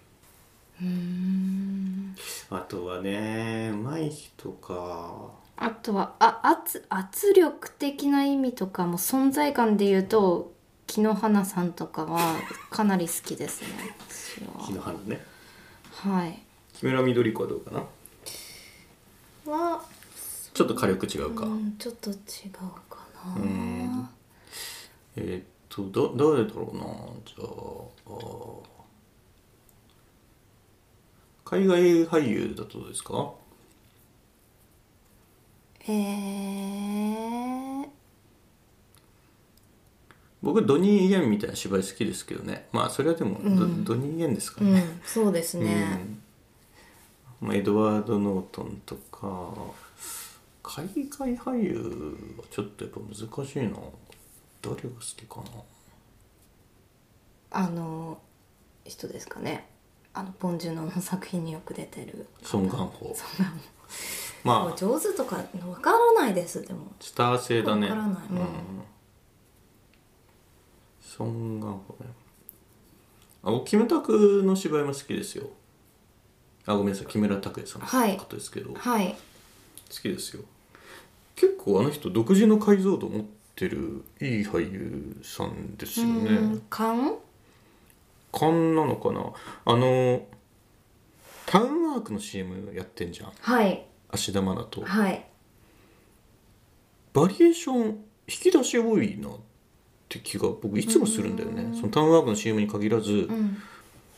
B: うーん
A: あとはねうまい人か
B: あとはあ圧圧力的な意味とかも存在感で言うと木の花さんとかはかなり好きですね私
A: 木の花ね
B: ははい
A: 木村緑子はどうかな
B: は
A: ちょっと火力違うか、
B: うんちょっと違うかな
A: うんえーっとだ誰だろうなじゃああー海外俳優だとどうですか
B: えー、
A: 僕ドニー・イエンみたいな芝居好きですけどねまあそれはでも、
B: うん
A: ドドニー・イエンですか
B: う
A: ね、
B: んそうですね、
A: うんまあ、エドワード・ノートンとか海外俳優はちょっとやっぱ難しいな誰が好きかな
B: あの人ですかねあのポン・ジュノの作品によく出てる
A: ソン・ガンホ
B: そんなも
A: ま
B: う
A: あ
B: 上手とかわからないですでも
A: スター性だね
B: わからないうん
A: ソン・ガンホねあ僕キムタクの芝居も好きですよあごめんなさい木村拓哉さん
B: は
A: の
B: い
A: ことですけど、
B: はい
A: 好きですよ結構あの人独自の解像度持ってるいい俳優さんですよね
B: 勘
A: 勘なのかなあのタウンワークの CM やってんじゃん
B: はい
A: 芦田愛菜と
B: はい
A: バリエーション引き出し多いなって気が僕いつもするんだよねそのタウンワークの CM に限らず、
B: うん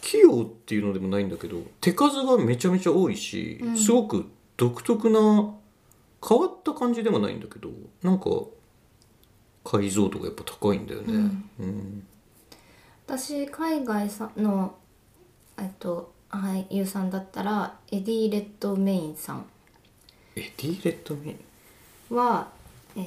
A: 器用っていうのでもないんだけど手数がめちゃめちゃ多いし、
B: うん
A: すごく独特な変わった感じではないんだけどなんか解像度がやっぱ高いんだよね、うん
B: 私海外さんのえっと俳優さんだったらエディ・レッドメインさん
A: エディ・レッドメイン
B: は、えー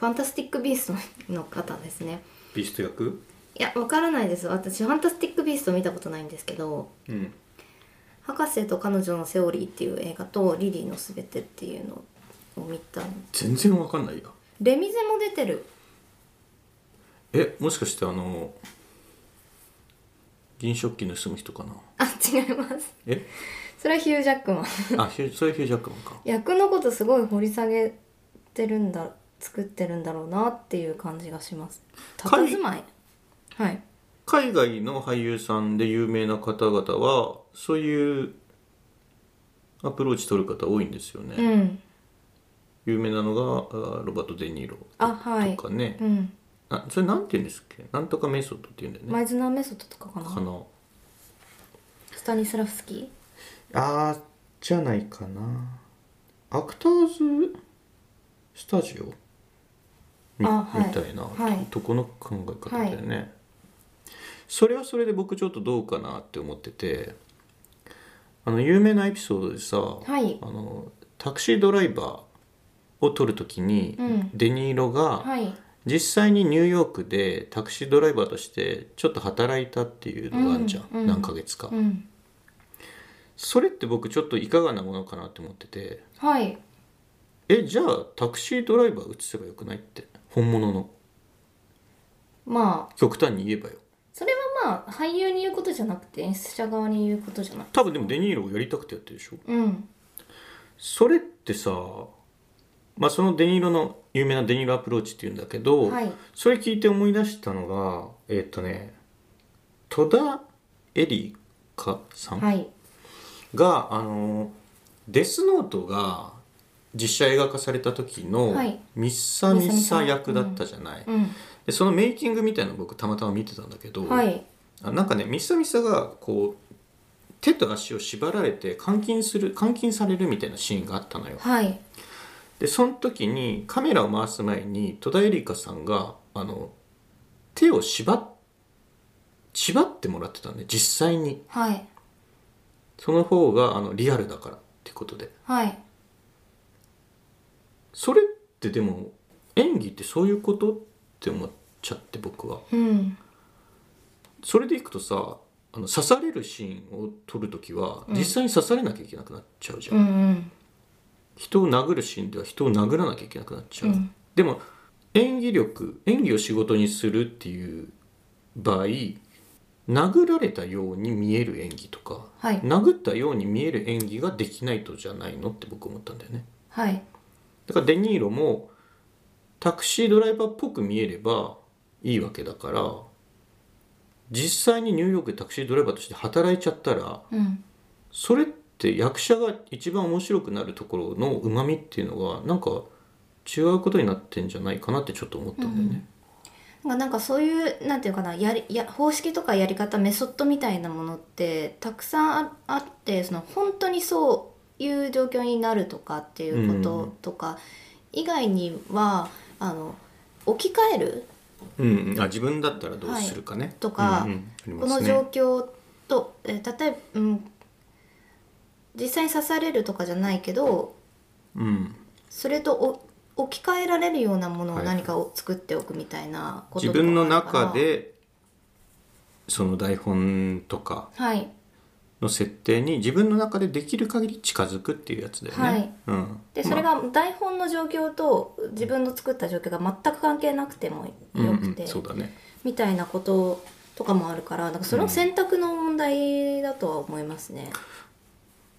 B: ファンタスティック・ビーストの方ですね
A: ビースト役
B: いやわからないです私ファンタスティック・ビースト見たことないんですけど
A: うん
B: 「博士と彼女のセオリー」っていう映画と「リリーのすべて」っていうのを見たん
A: 全然わかんないや
B: レミゼも出てる
A: えもしかしてあの銀食器盗む人かな
B: あ違います
A: え
B: それはヒュー・ジャックマン
A: あヒューそれヒュージャックマンか
B: 役のことすごい掘り下げてるんだ作ってるんだろうなっていう感じがします
A: 彼
B: 佇まいはい
A: 海外の俳優さんで有名な方々はそういうアプローチ取る方多いんですよね、
B: うん
A: 有名なのがあロバート・デ・ニーロ
B: あはい
A: とかね、
B: うん
A: あそれなんて言うんですっけなんとかメソッドって言うんだよね、
B: マイズナーメソッドとかかな
A: かな
B: スタニスラフスキー
A: あーじゃないかなアクターズスタジオみ,、
B: あは
A: み
B: い
A: たいな、
B: はい
A: とこの考え方だよね、それはそれで僕ちょっとどうかなって思っててあの有名なエピソードでさ、
B: はい
A: あのタクシードライバーを撮るときに、
B: うん
A: デニーロが
B: はい
A: 実際にニューヨークでタクシードライバーとしてちょっと働いたっていうのがあるじゃん、
B: うんうん
A: 何ヶ月か、
B: うん
A: それって僕ちょっといかがなものかなって思ってて
B: はい
A: えじゃあタクシードライバー映せばよくないって本物の
B: まあ
A: 極端に言えばよ
B: それはまあ俳優に言うことじゃなくて演出者側に言うことじゃない
A: 多分でもデニーロをやりたくてやってるでしょ
B: うん
A: それってさまあそのデニーロの有名なデニーロアプローチっていうんだけど、
B: はい
A: それ聞いて思い出したのがえーっ、とね戸田恵梨香さん
B: はい
A: が、あのデスノートが実写映画化された時の
B: はい
A: ミッサミッサ
B: ミッサミッサ
A: 役だったじゃない、
B: うん
A: でそのメイキングみたいなの僕たまたま見てたんだけど、
B: はい
A: あなんかねミッサミッサがこう手と足を縛られて監禁する監禁されるみたいなシーンがあったのよ
B: はい
A: でその時にカメラを回す前に戸田恵梨香さんがあの手を縛っ縛ってもらってたんで実際に
B: はい
A: その方があのリアルだからってことで
B: はい
A: それってでも演技ってそういうことって思っちゃって僕は
B: うん
A: それでいくとさあの刺されるシーンを撮るときは
B: うん
A: 実際に刺されなきゃいけなくなっちゃうじゃん、
B: うんうん
A: 人を殴るシーンでは人を殴らなきゃいけなくなっちゃう、
B: うん
A: でも演技力演技を仕事にするっていう場合殴られたように見える演技とか、
B: はい
A: 殴ったように見える演技ができないとじゃないのって僕思ったんだよね
B: はい
A: だからデニーロもタクシードライバーっぽく見えればいいわけだから実際にニューヨークでタクシードライバーとして働いちゃったら
B: うん
A: それって役者が一番面白くなるところのうまみっていうのがなんか違うことになってんじゃないかなってちょっと思ったんだよね。
B: なんかなんかそういうなんていうかなやりや方式とかやり方メソッドみたいなものってたくさんああってその本当にそういう状況になるとかっていうこ
A: うん
B: ととか以外にはあの置き換える
A: うんうんあ自分だったらどうするかね。
B: とか
A: うんうんあり
B: こ
A: ま
B: の
A: すね
B: 状況と、えー例えば、うん、実際に刺されるとかじゃないけど
A: うん、
B: それとお置き換えられるようなものを
A: はい
B: 何かを作っておくみたいなこと
A: 自
B: とか
A: 分の
B: もあるから
A: 中でその台本とか
B: はい
A: の設定に自分の中でできる限り近づくっていうやつだよね。
B: はい
A: うん、
B: でそれ
A: まあ
B: が台本の状況と自分の作った状況が全く関係なくてもよ
A: うんう
B: く
A: ん
B: て、
A: そうだね。
B: みたいなこととかもあるからなんかそれは選択の問題だとは思いますね。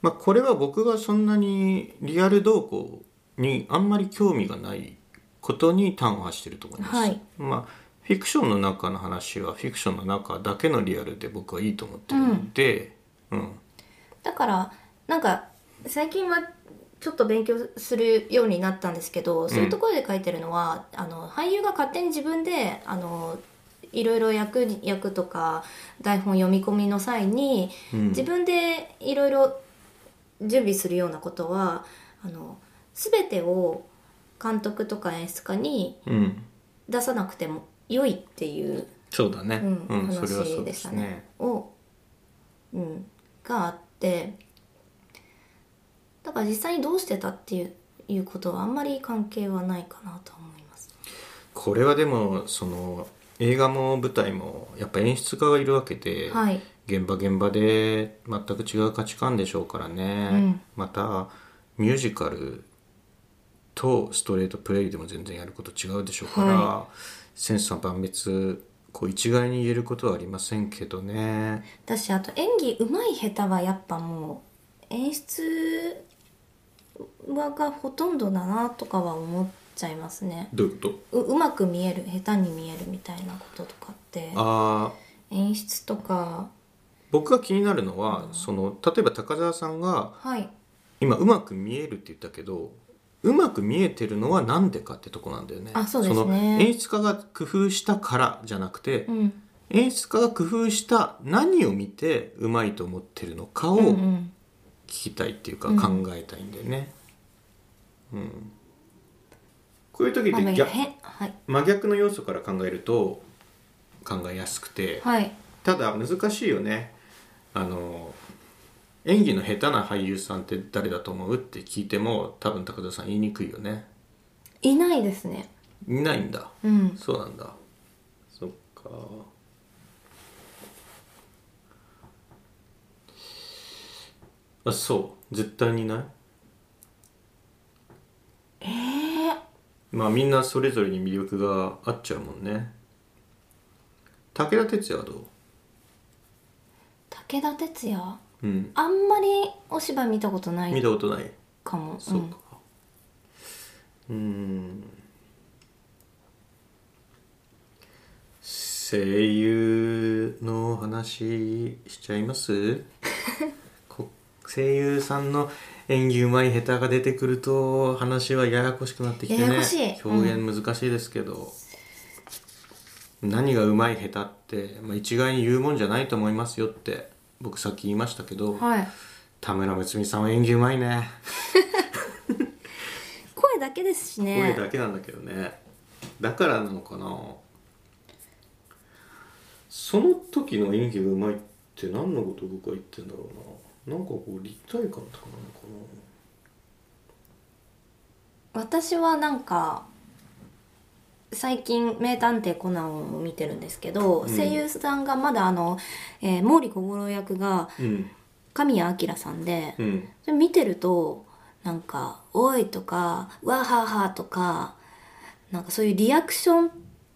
A: まあこれは僕がそんなにリアル動向にあんまり興味がないことに端を発してると思います。
B: はい
A: まあフィクションの中の話はフィクションの中だけのリアルで僕はいいと思ってるんで、うん
B: だからなんか最近はちょっと勉強するようになったんですけど、そういうところで書いてるのはあの俳優が勝手に自分であのいろいろ役に役とか台本読み込みの際に、
A: うん
B: 自分でいろいろ準備するようなことはあの全てを監督とか演出家に
A: うん、
B: 出さなくても良いっていう
A: そうだね。
B: うん
A: それはそ
B: 話
A: う
B: で
A: で
B: し
A: す
B: た
A: ね。
B: ね。を、うん、があってだから実際にどうしてたっていういうことはあんまり関係はないかなと思います。
A: これはでもその映画も舞台もやっぱ演出家がいるわけで。
B: はい、
A: 現場現場で全く違う価値観でしょうからね、
B: うん
A: またミュージカルとストレートプレイでも全然やること違うでしょうから、
B: は
A: 千差万別こう一概に言えることはありませんけどね
B: だしあと演技うまい下手はやっぱもう演出はがほとんどだなとかは思っちゃいますね。
A: どういうこと
B: ううまく見える下手に見えるみたいなこととかって
A: あー
B: 演出とか
A: 僕が気になるのは、その例えば高澤さんが
B: はい
A: 今うまく見えるって言ったけどうまく見えてるのはなんでかってとこなんだよね。
B: あそうですね
A: の演出家が工夫したからじゃなくて、
B: うん
A: 演出家が工夫した何を見てうまいと思ってるのかを
B: うんう
A: 聞
B: ん
A: きたいっていうか
B: うん
A: 考えたいんだよね。うんこういう時
B: まあ
A: で
B: へ
A: 逆
B: はい
A: 真逆の要素から考えると考えやすくて
B: はい
A: ただ難しいよね。あの演技の下手な俳優さんって誰だと思うって聞いても多分高田さん言いにくいよね。
B: いないですね
A: いないんだ。
B: うん
A: そうなんだそっかあそう絶対にないえまあみんなそれぞれに魅力があっちゃうもんね武田鉄矢はどう
B: 武田鉄矢
A: うん
B: あんまりお芝居見たことな
A: 見
B: い
A: たことない
B: かも
A: そう
B: うん
A: かうーん声優の話しちゃいます こ声優さんの演技うまい下手が出てくると話はややこしくなってきてね
B: ややこしいうん
A: 表現難しいですけど、何がうまい下手って、まあ、一概に言うもんじゃないと思いますよって僕さっき言いましたけど、
B: はい
A: 田村睦美さんは演技うまいね
B: 声だけですしね
A: 声だけなんだけどねだからなのかなその時の演技がうまいって何のこと僕は言ってんだろうななんかこう立体感とかな
B: 私はなんか最近「名探偵コナン」を見てるんですけど、
A: うん
B: 声優さんがまだあの、えー毛利小五郎役が
A: のかな
B: 神谷明さんで、
A: うんうん
B: それ見てるとなんか「おい」とか「わはは」とかなんかそういうリアクションっ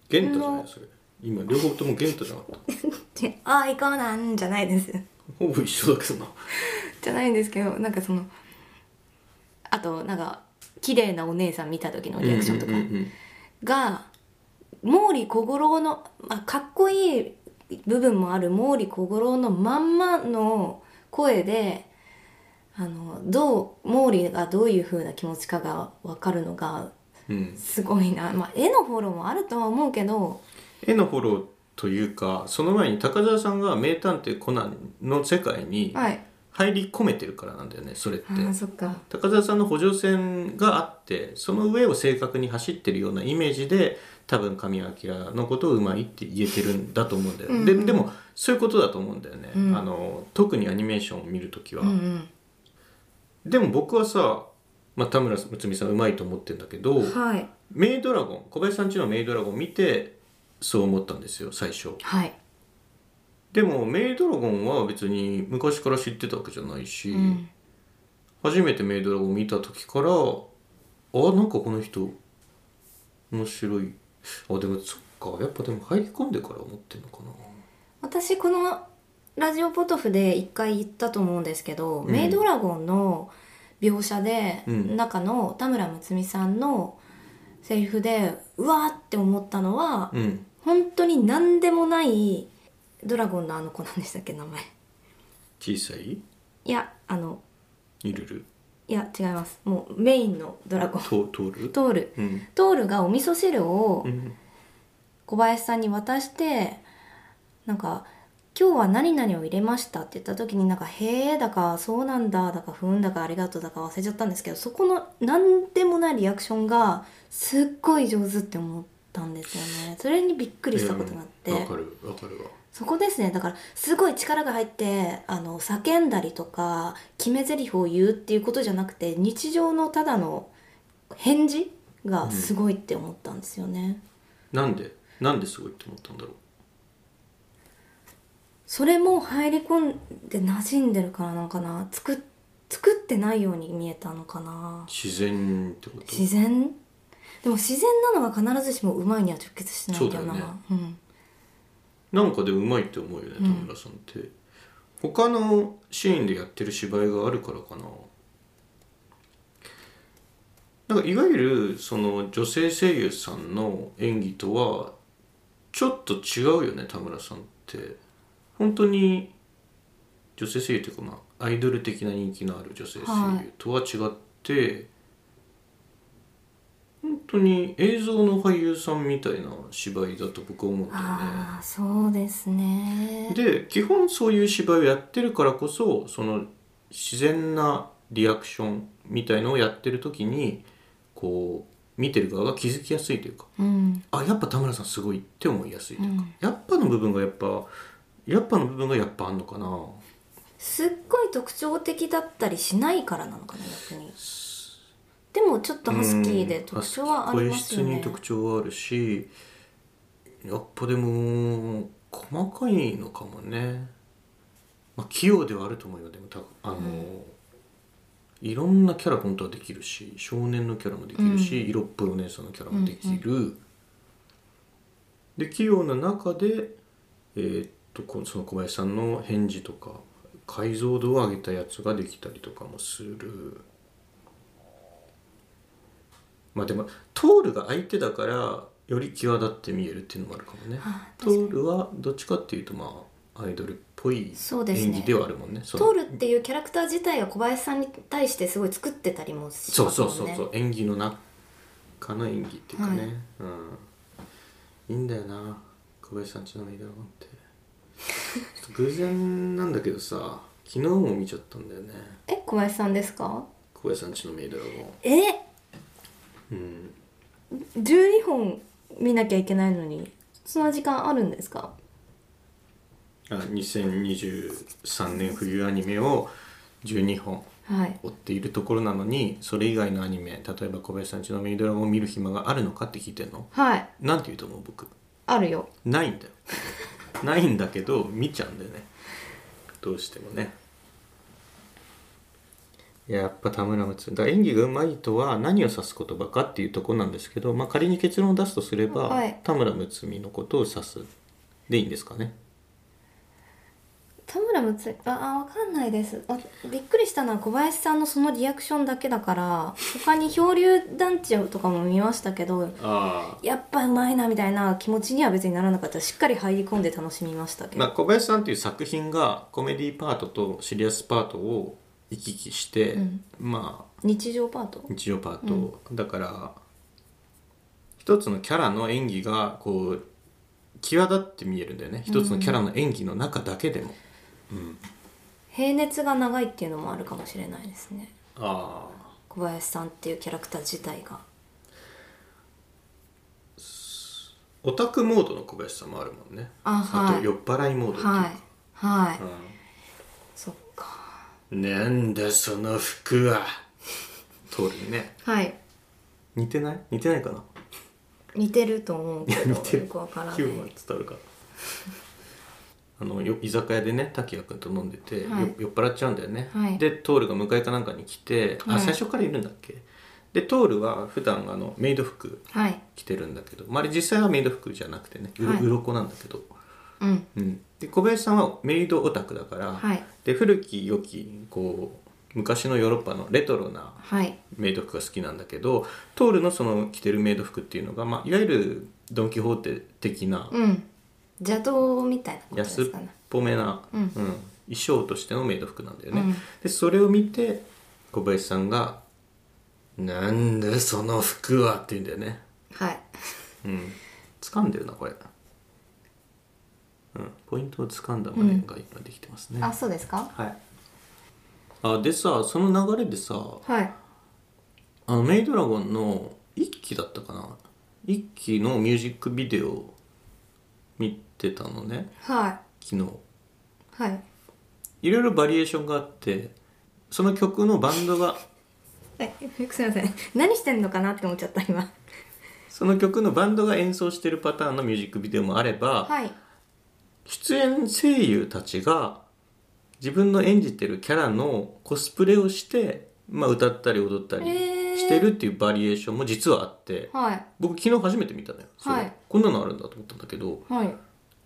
A: ゲンタじゃないそれ今両方ともゲンタじゃな かった
B: て「ああいかなん」じゃないです
A: ほぼ一緒だけどな
B: じゃないんですけどなんかそのあとなんか綺麗なお姉さん見た時のリアクションとか
A: うんうんうんうん
B: が毛利小五郎の、まあ、かっこいい部分もある毛利小五郎のまんまの声であのどう毛利がどういう風な気持ちかが分かるのが
A: うん、
B: すごいな、まあ、絵のフォローもあるとは思うけど
A: 絵のフォローというかその前に高澤さんが「名探偵コナン」の世界に
B: はい
A: 入り込めてるからなんだよねそれって
B: あーそっか
A: 高澤さんの補助線があってその上を正確に走ってるようなイメージで多分神明のことをうまいって言えてるんだと思うんだよ、
B: うんうん
A: ででもそういうことだと思うんだよね、
B: うん
A: あの特にアニメーションを見るときは、
B: うんうん
A: でも僕はさ、まあ、田村睦美さんうまいと思ってるんだけど
B: はい
A: メイドラゴン小林さんちのメイドラゴン見てそう思ったんですよ最初
B: はい
A: でもメイドラゴンは別に昔から知ってたわけじゃないし、
B: うん
A: 初めてメイドラゴン見た時からあなんかこの人面白いあでもそっかやっぱでも入り込んでから思ってんのかな
B: 私このラジオポトフで一回言ったと思うんですけど、
A: うん
B: メイドラゴンの描写で、
A: うん
B: 中の田村睦美さんのセリフでうわーって思ったのは、
A: うん
B: 本当に何でもないドラゴンのあの子なんでしたっけ名前
A: 小さい
B: いやあの
A: ゆるる
B: いや違いますもうメインのドラゴン
A: と通る
B: トール
A: うん
B: トールがお味噌汁を、
A: うん
B: 小林さんに渡してなんか「今日は何々を入れました」って言った時になんか「へえ」だか「そうなんだ」だか「ふーん」だか「ありがとう」だか忘れちゃったんですけどそこの何でもないリアクションがすっごい上手って思ったんですよねそれにびっくりしたことがあって、
A: うんわかるわかるわ
B: そこですねだからすごい力が入ってあの叫んだりとか決め台詞を言うっていうことじゃなくて日常のただの返事がすごいって思ったんですよね。
A: なんでなんですごいって思ったんだろう
B: それも入り込んで馴染んでるからなのかな作っ作ってないように見えたのかな
A: 自然ってこと
B: 自然でも自然なのが必ずしもうまいには直結しないんだよな
A: そうだよね
B: うん、
A: なんかでうまいって思うよね
B: う
A: 田
B: ん
A: 村さんって、他のシーンでやってる芝居があるからかななんかいわゆるその女性声優さんの演技とはちょっと違うよね田村さんって本当に女性声優というかまあアイドル的な人気のある女性声優とは違って、本当に映像の俳優さんみたいな芝居だと僕は思うんだよね。
B: ああそうですね
A: で基本そういう芝居をやってるからこそその自然なリアクションみたいのをやってる時にこう見てる側が気づきやすいというか
B: うん
A: あやっぱ田村さんすごいって思いやすいといううか、
B: ん
A: やっぱの部分がやっぱやっぱの部分がやっぱあんのかな
B: すっごい特徴的だったりしないからなのかな逆にでもちょっとハスキーで
A: うん
B: 特徴はありますよ
A: 声質に
B: ね
A: 特徴はあるしやっぱでも細かいのかもね、まあ、器用ではあると思うよでもたあの、いろんなキャラ本当はできるし少年のキャラもできるし、色っぽいお姉さんのキャラもできる、で器用な中でえーっとこその小林さんの返事とか解像度を上げたやつができたりとかもするまあでもトールが相手だからより際立って見えるっていうのもあるかもね
B: あー
A: トールはどっちかっていうとまあアイドルっぽい
B: そうです
A: 演
B: ね
A: 技ではあるもんねその
B: トールっていうキャラクター自体が小林さんに対してすごい作ってたりもし
A: そう
B: ます
A: そ
B: もん
A: う
B: ね
A: そうそう演技の中の演技っていうかね、
B: はい
A: うんいいんだよな小林さんちのメイドラゴンってちょっと偶然なんだけどさ昨日も見ちゃったんだよね
B: え小林さんですか
A: 小林さんちのメイドラゴ
B: え
A: ンうん
B: 12本見なきゃいけないのにそんな時間あるんですか
A: あ2023年冬アニメを12本
B: はい
A: 追っているところなのにそれ以外のアニメ例えば小林さんちのメイドラゴンを見る暇があるのかって聞いてんの
B: はい
A: なんて言うと思う僕
B: あるよ
A: ないんだよ ないんだけど見ちゃうんだよねどうしてもねいややっぱ田村睦だから演技がうまいとは何を指す言葉かっていうとこなんですけど、まあ、仮に結論を出すとすれば、
B: はい
A: 田村睦美のことを指すでいいんですかね
B: 田村むつああわかんないですあびっくりしたのは小林さんのそのリアクションだけだから他に漂流団地とかも見ましたけど
A: あ
B: やっぱうまいなみたいな気持ちには別にならなかったしっかり入り込んで楽しみましたけど、
A: まあ、小林さんっていう作品がコメディパートとシリアスパートを行き来して、
B: うん
A: まあ
B: 日常パート
A: 日曜パート、だから一つのキャラの演技がこう際立って見えるんだよね一つのキャラの演技の中だけでも、
B: 平熱が長いっていうのもあるかもしれないですね
A: ああ
B: 小林さんっていうキャラクター自体が
A: オタクモードの小林さんもあるもんね
B: あはい
A: と酔っ払いモードっていうか
B: はいはい、そっか
A: うんなんだその服は通るね
B: はい
A: 似てない似てないかな
B: 似てると思うけど
A: 似てる
B: よくわからない
A: ヒューマン伝わるか あのよ居酒屋でね滝谷君と飲んでて、
B: はい
A: よ酔っ払っちゃうんだよね、
B: はい
A: でトールが迎えかなんかに来て、
B: は
A: あ
B: い
A: 最初からいるんだっけでトールは普段あのメイド服
B: はい
A: 着てるんだけど、まあ、あれ実際はメイド服じゃなくてねうろ、
B: はいう
A: ろこなんだけど、
B: うん
A: うん、で小林さんはメイドオタクだから、
B: はい
A: で古き良きこう昔のヨーロッパのレトロな
B: はい
A: メイド服が好きなんだけどトールのその着てるメイド服っていうのが、まあ、いわゆるドン・キホーテ的な
B: うん邪道みたいなことで
A: 安っ
B: すかね
A: ぽめな、
B: うん
A: 衣装としてのメイド服なんだよね。
B: うん
A: でそれを見て小林さんが「なんでその服は」って言うんだよね。
B: はい
A: うん掴んでるなこれ。うん、ポイントを掴んだ真似が今できてますね。
B: あそうですか
A: はい。あでさその流れでさ
B: はい
A: あのメイドラゴンの一期だったかな一期のミュージックビデオを見てたのね
B: はい
A: 昨日
B: はい
A: いろいろバリエーションがあってその曲のバンドが
B: はい、すいません何してんのかなって思っちゃった今
A: その曲のバンドが演奏してるパターンのミュージックビデオもあれば、
B: はい
A: 出演声優たちが自分の演じてるキャラのコスプレをして、まあ、歌ったり踊ったり
B: へー
A: してるっていうバリエーションも実はあって、
B: はい
A: 僕昨日初めて見たのよ、それ
B: はい
A: こんなのあるんだと思ったんだけど
B: はい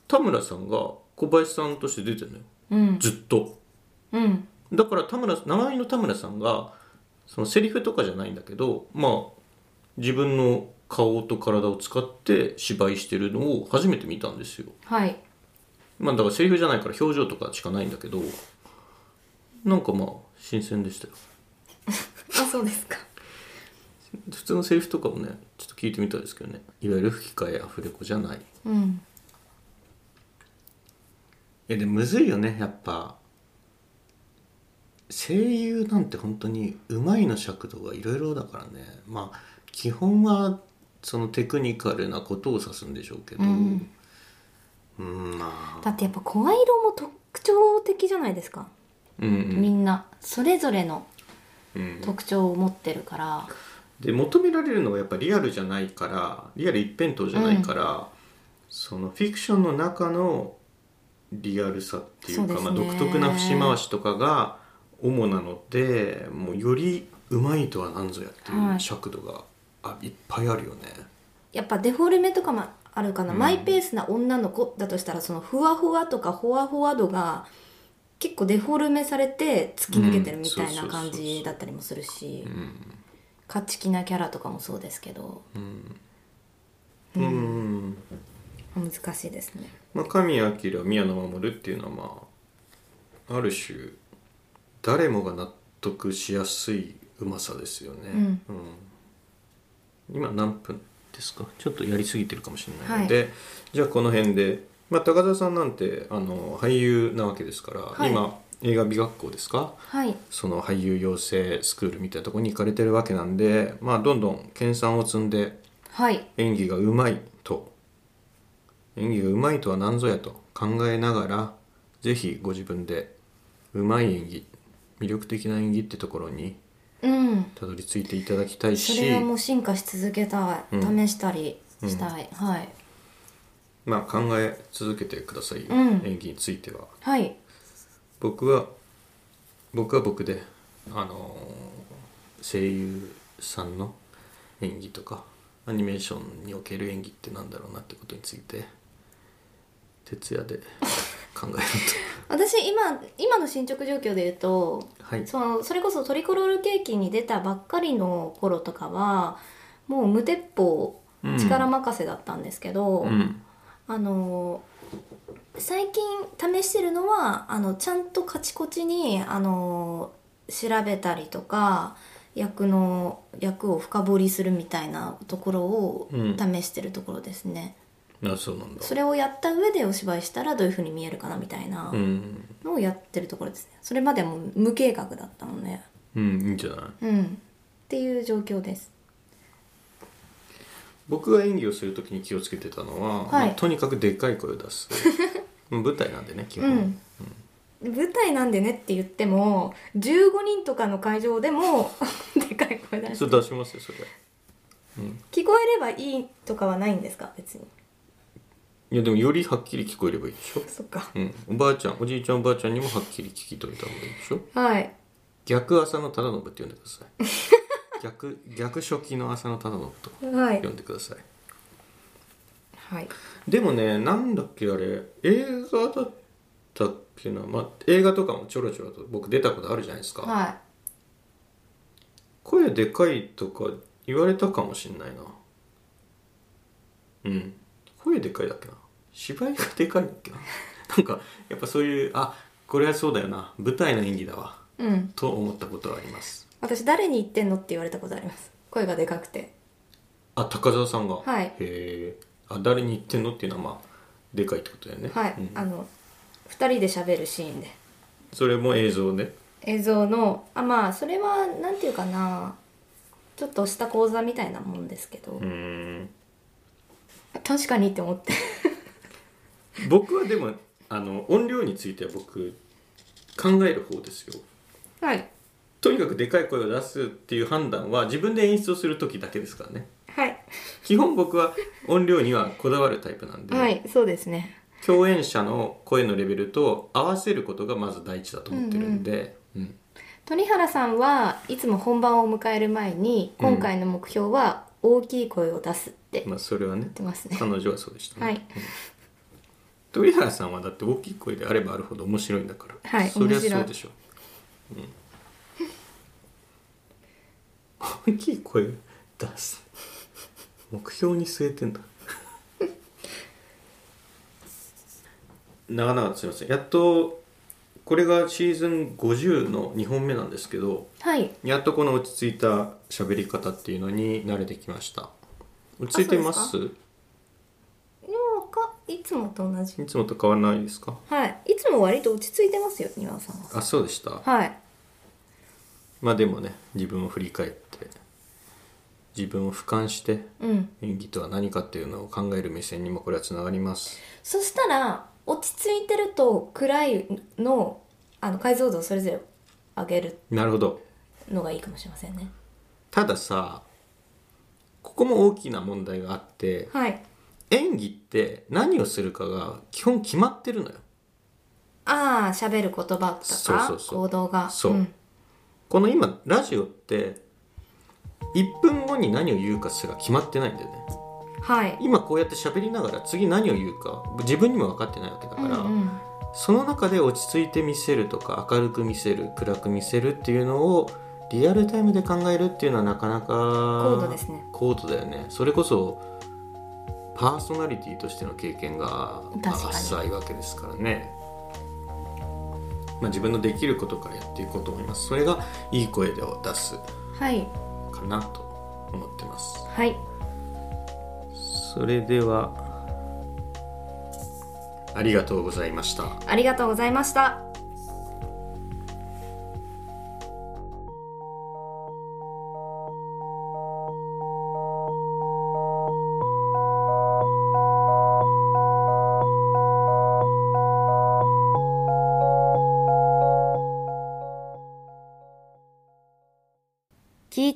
A: 田村さんが小林さんとして出てるのよ
B: うん
A: ずっと
B: うん
A: だから田村名前の田村さんがそのセリフとかじゃないんだけどまあ自分の顔と体を使って芝居してるのを初めて見たんですよ
B: はい
A: まあだからセリフじゃないから表情とかしかないんだけどなんかまあ新鮮でしたよ
B: あそうですか
A: 普通のセリフとかもねちょっと聞いてみたんですけどねいわゆる吹き替えアフレコじゃない
B: うん
A: えでもむずいよねやっぱ声優なんて本当にうまいの尺度がいろいろだからねまあ基本はそのテクニカルなことを指すんでしょうけど
B: うん
A: うんまあ
B: だってやっぱ声色も特徴的じゃないですか、
A: うんうん
B: みんなそれぞれの
A: うん
B: 特徴を持ってるから、
A: で求められるのはやっぱリアルじゃないからリアル一辺倒じゃないから、そのフィクションの中のリアルさっていうか
B: そう
A: ま
B: です
A: あ、
B: ね
A: 独特な節回しとかが主なのでもうよりうまいとは何ぞやってい
B: は
A: う
B: い
A: 尺度が、あいっぱいあるよね。
B: やっぱデフォルメとかもあるかな、
A: うん
B: マイペースな女の子だとしたらそのふわふわとかほわほわ度が結構デフォルメされて突き抜けてるみたいな感じだったりもするし
A: うん
B: 勝ち気なキャラとかもそうですけど
A: うんうん
B: 難しいですね
A: まあ、神谷明宮野真守っていうのはまあある種誰もが納得しやすいうまさですよね、
B: うん
A: うん今何分ですかちょっとやりすぎてるかもしれないので、じゃあこの辺で、まあ、高田さんなんてあの俳優なわけですから、
B: はい
A: 今映画美学校ですか
B: はい
A: その俳優養成スクールみたいなところに行かれてるわけなんで、まあ、どんどん研鑽を積んで
B: はい
A: 演技がうまいと演技がうまいとは何ぞやと考えながらぜひご自分でうまい演技魅力的な演技ってところに
B: うん
A: たどり着いていただきたい
B: そ
A: し
B: れはもう進化し続けたい、
A: うん
B: 試したりしたい、はい
A: まあ、考え続けてください、
B: うん
A: 演技については
B: はい
A: 僕は僕は僕であの声優さんの演技とかアニメーションにおける演技ってなんだろうなってことについて徹夜で考える
B: 私今今の進捗状況で言うと
A: とはい
B: そのそれこそトリコロールケーキに出たばっかりの頃とかはもう無鉄砲
A: うん
B: 力任せだったんですけど、
A: うん
B: あの最近試してるのはあのちゃんとカチコチにあの調べたりとか役の役を深掘りするみたいなところを
A: うん
B: 試してるところですね、
A: あそうなんだ
B: それをやった上でお芝居したらどういう風に見えるかなみたいな
A: うん
B: のをやってるところですねそれまでも無計画だったので、
A: うんいいんじゃない
B: うん、っていう状況です。
A: 僕が演技をするときに気をつけてたのは、
B: はい
A: まあとにかくでっかい声を出 す舞台なんでね基
B: う
A: 本、
B: ん舞台なんでねって言っても15人とかの会場でも でかい声出し
A: それ出しますよそれ
B: 聞こえればいいとかはないんですか別に
A: いやでもよりはっきり聞こえればいいでしょ、
B: そっか
A: うん、おばあちゃんおじいちゃんおばあちゃんにもはっきり聞き取れた方がいいでしょ
B: はい
A: 逆朝の忠信って呼んでください 逆逆初期の朝の忠信と
B: はい
A: 呼んでください
B: はい
A: でもねなんだっけあれ映画だったっけな、まあ、映画とかもちょろちょろと僕出たことあるじゃないですか、
B: は
A: 声でかいとか言われたかもしんないなうん声でかいだっけな芝居がでかいだっけな なんかやっぱそういうあこれはそうだよな舞台の演技だわ
B: いうん
A: と思ったことはあります
B: 私誰に言ってんのって言われたことあります声がでかくて
A: あ高澤さんが、
B: はい
A: へえあ誰に言ってんのっていうのはまあでかいってことだよね
B: はい、
A: うん
B: あの2人で喋るシーンで
A: それも映像ね
B: 映像のあまあそれはなんていうかなちょっとした講座みたいなもんですけど、
A: うーん
B: 確かにって思って
A: 僕はでもあの音量については僕考える方ですよ
B: はい
A: とにかくでかい声を出すっていう判断は自分で演出をする時だけですからね
B: はい
A: 基本僕は音量にはこだわるタイプなんで、
B: はいそうですね
A: 共演者の声のレベルと合わせることがまず第一だと思ってるんで、うん
B: 鳥原さんはいつも本番を迎える前に
A: うん
B: 今回の目標は大きい声を出すって言っ
A: まあ、それはね
B: てますね、
A: 彼女はそうでしたね、
B: はい
A: うん鳥原さんはだって大きい声であればあるほど面白いんだから、
B: はい
A: そりゃ
B: 面白い
A: そうでしょう、うん、大きい声出す目標に据えてんだ長々とすいませんやっとこれがシーズン50の2本目なんですけど
B: はい
A: やっとこの落ち着いた喋り方っていうのに慣れてきました落ち着いてま
B: あ
A: す
B: そなんかいつもと同じ
A: いつもと変わらないですか
B: はいいつも割と落ち着いてますよ庭さんは
A: あそうでした、
B: はい
A: まあでもね自分を振り返って自分を俯瞰して
B: うん
A: 演技とは何かっていうのを考える目線にもこれはつながります
B: そしたら落ち着いてると暗いのあの解像度をそれぞれ上げる
A: なるほど
B: のがいいかもしれませんね
A: たださここも大きな問題があって
B: はい
A: 演技って何をするかが基本決まってるのよ
B: ああ喋る言葉とか
A: そうそうそう
B: 行動が
A: そう
B: うん
A: この今ラジオって1分後に何を言うかすら決まってないんだよね
B: はい
A: 今こうやって喋りながら次何を言うか自分にも分かってないわけだから、
B: うんうん
A: その中で落ち着いて見せるとか明るく見せる暗く見せるっていうのをリアルタイムで考えるっていうのはなかなか高
B: 度ですね
A: 高度だよねそれこそパーソナリティとしての経験が
B: 確かに
A: 浅いわけですからね、まあ、自分のできることからやっていこうと思いますそれがいい声でを出す
B: はい
A: かなと思ってます
B: はい
A: それではありがとうございました
B: ありがとうございました。聞い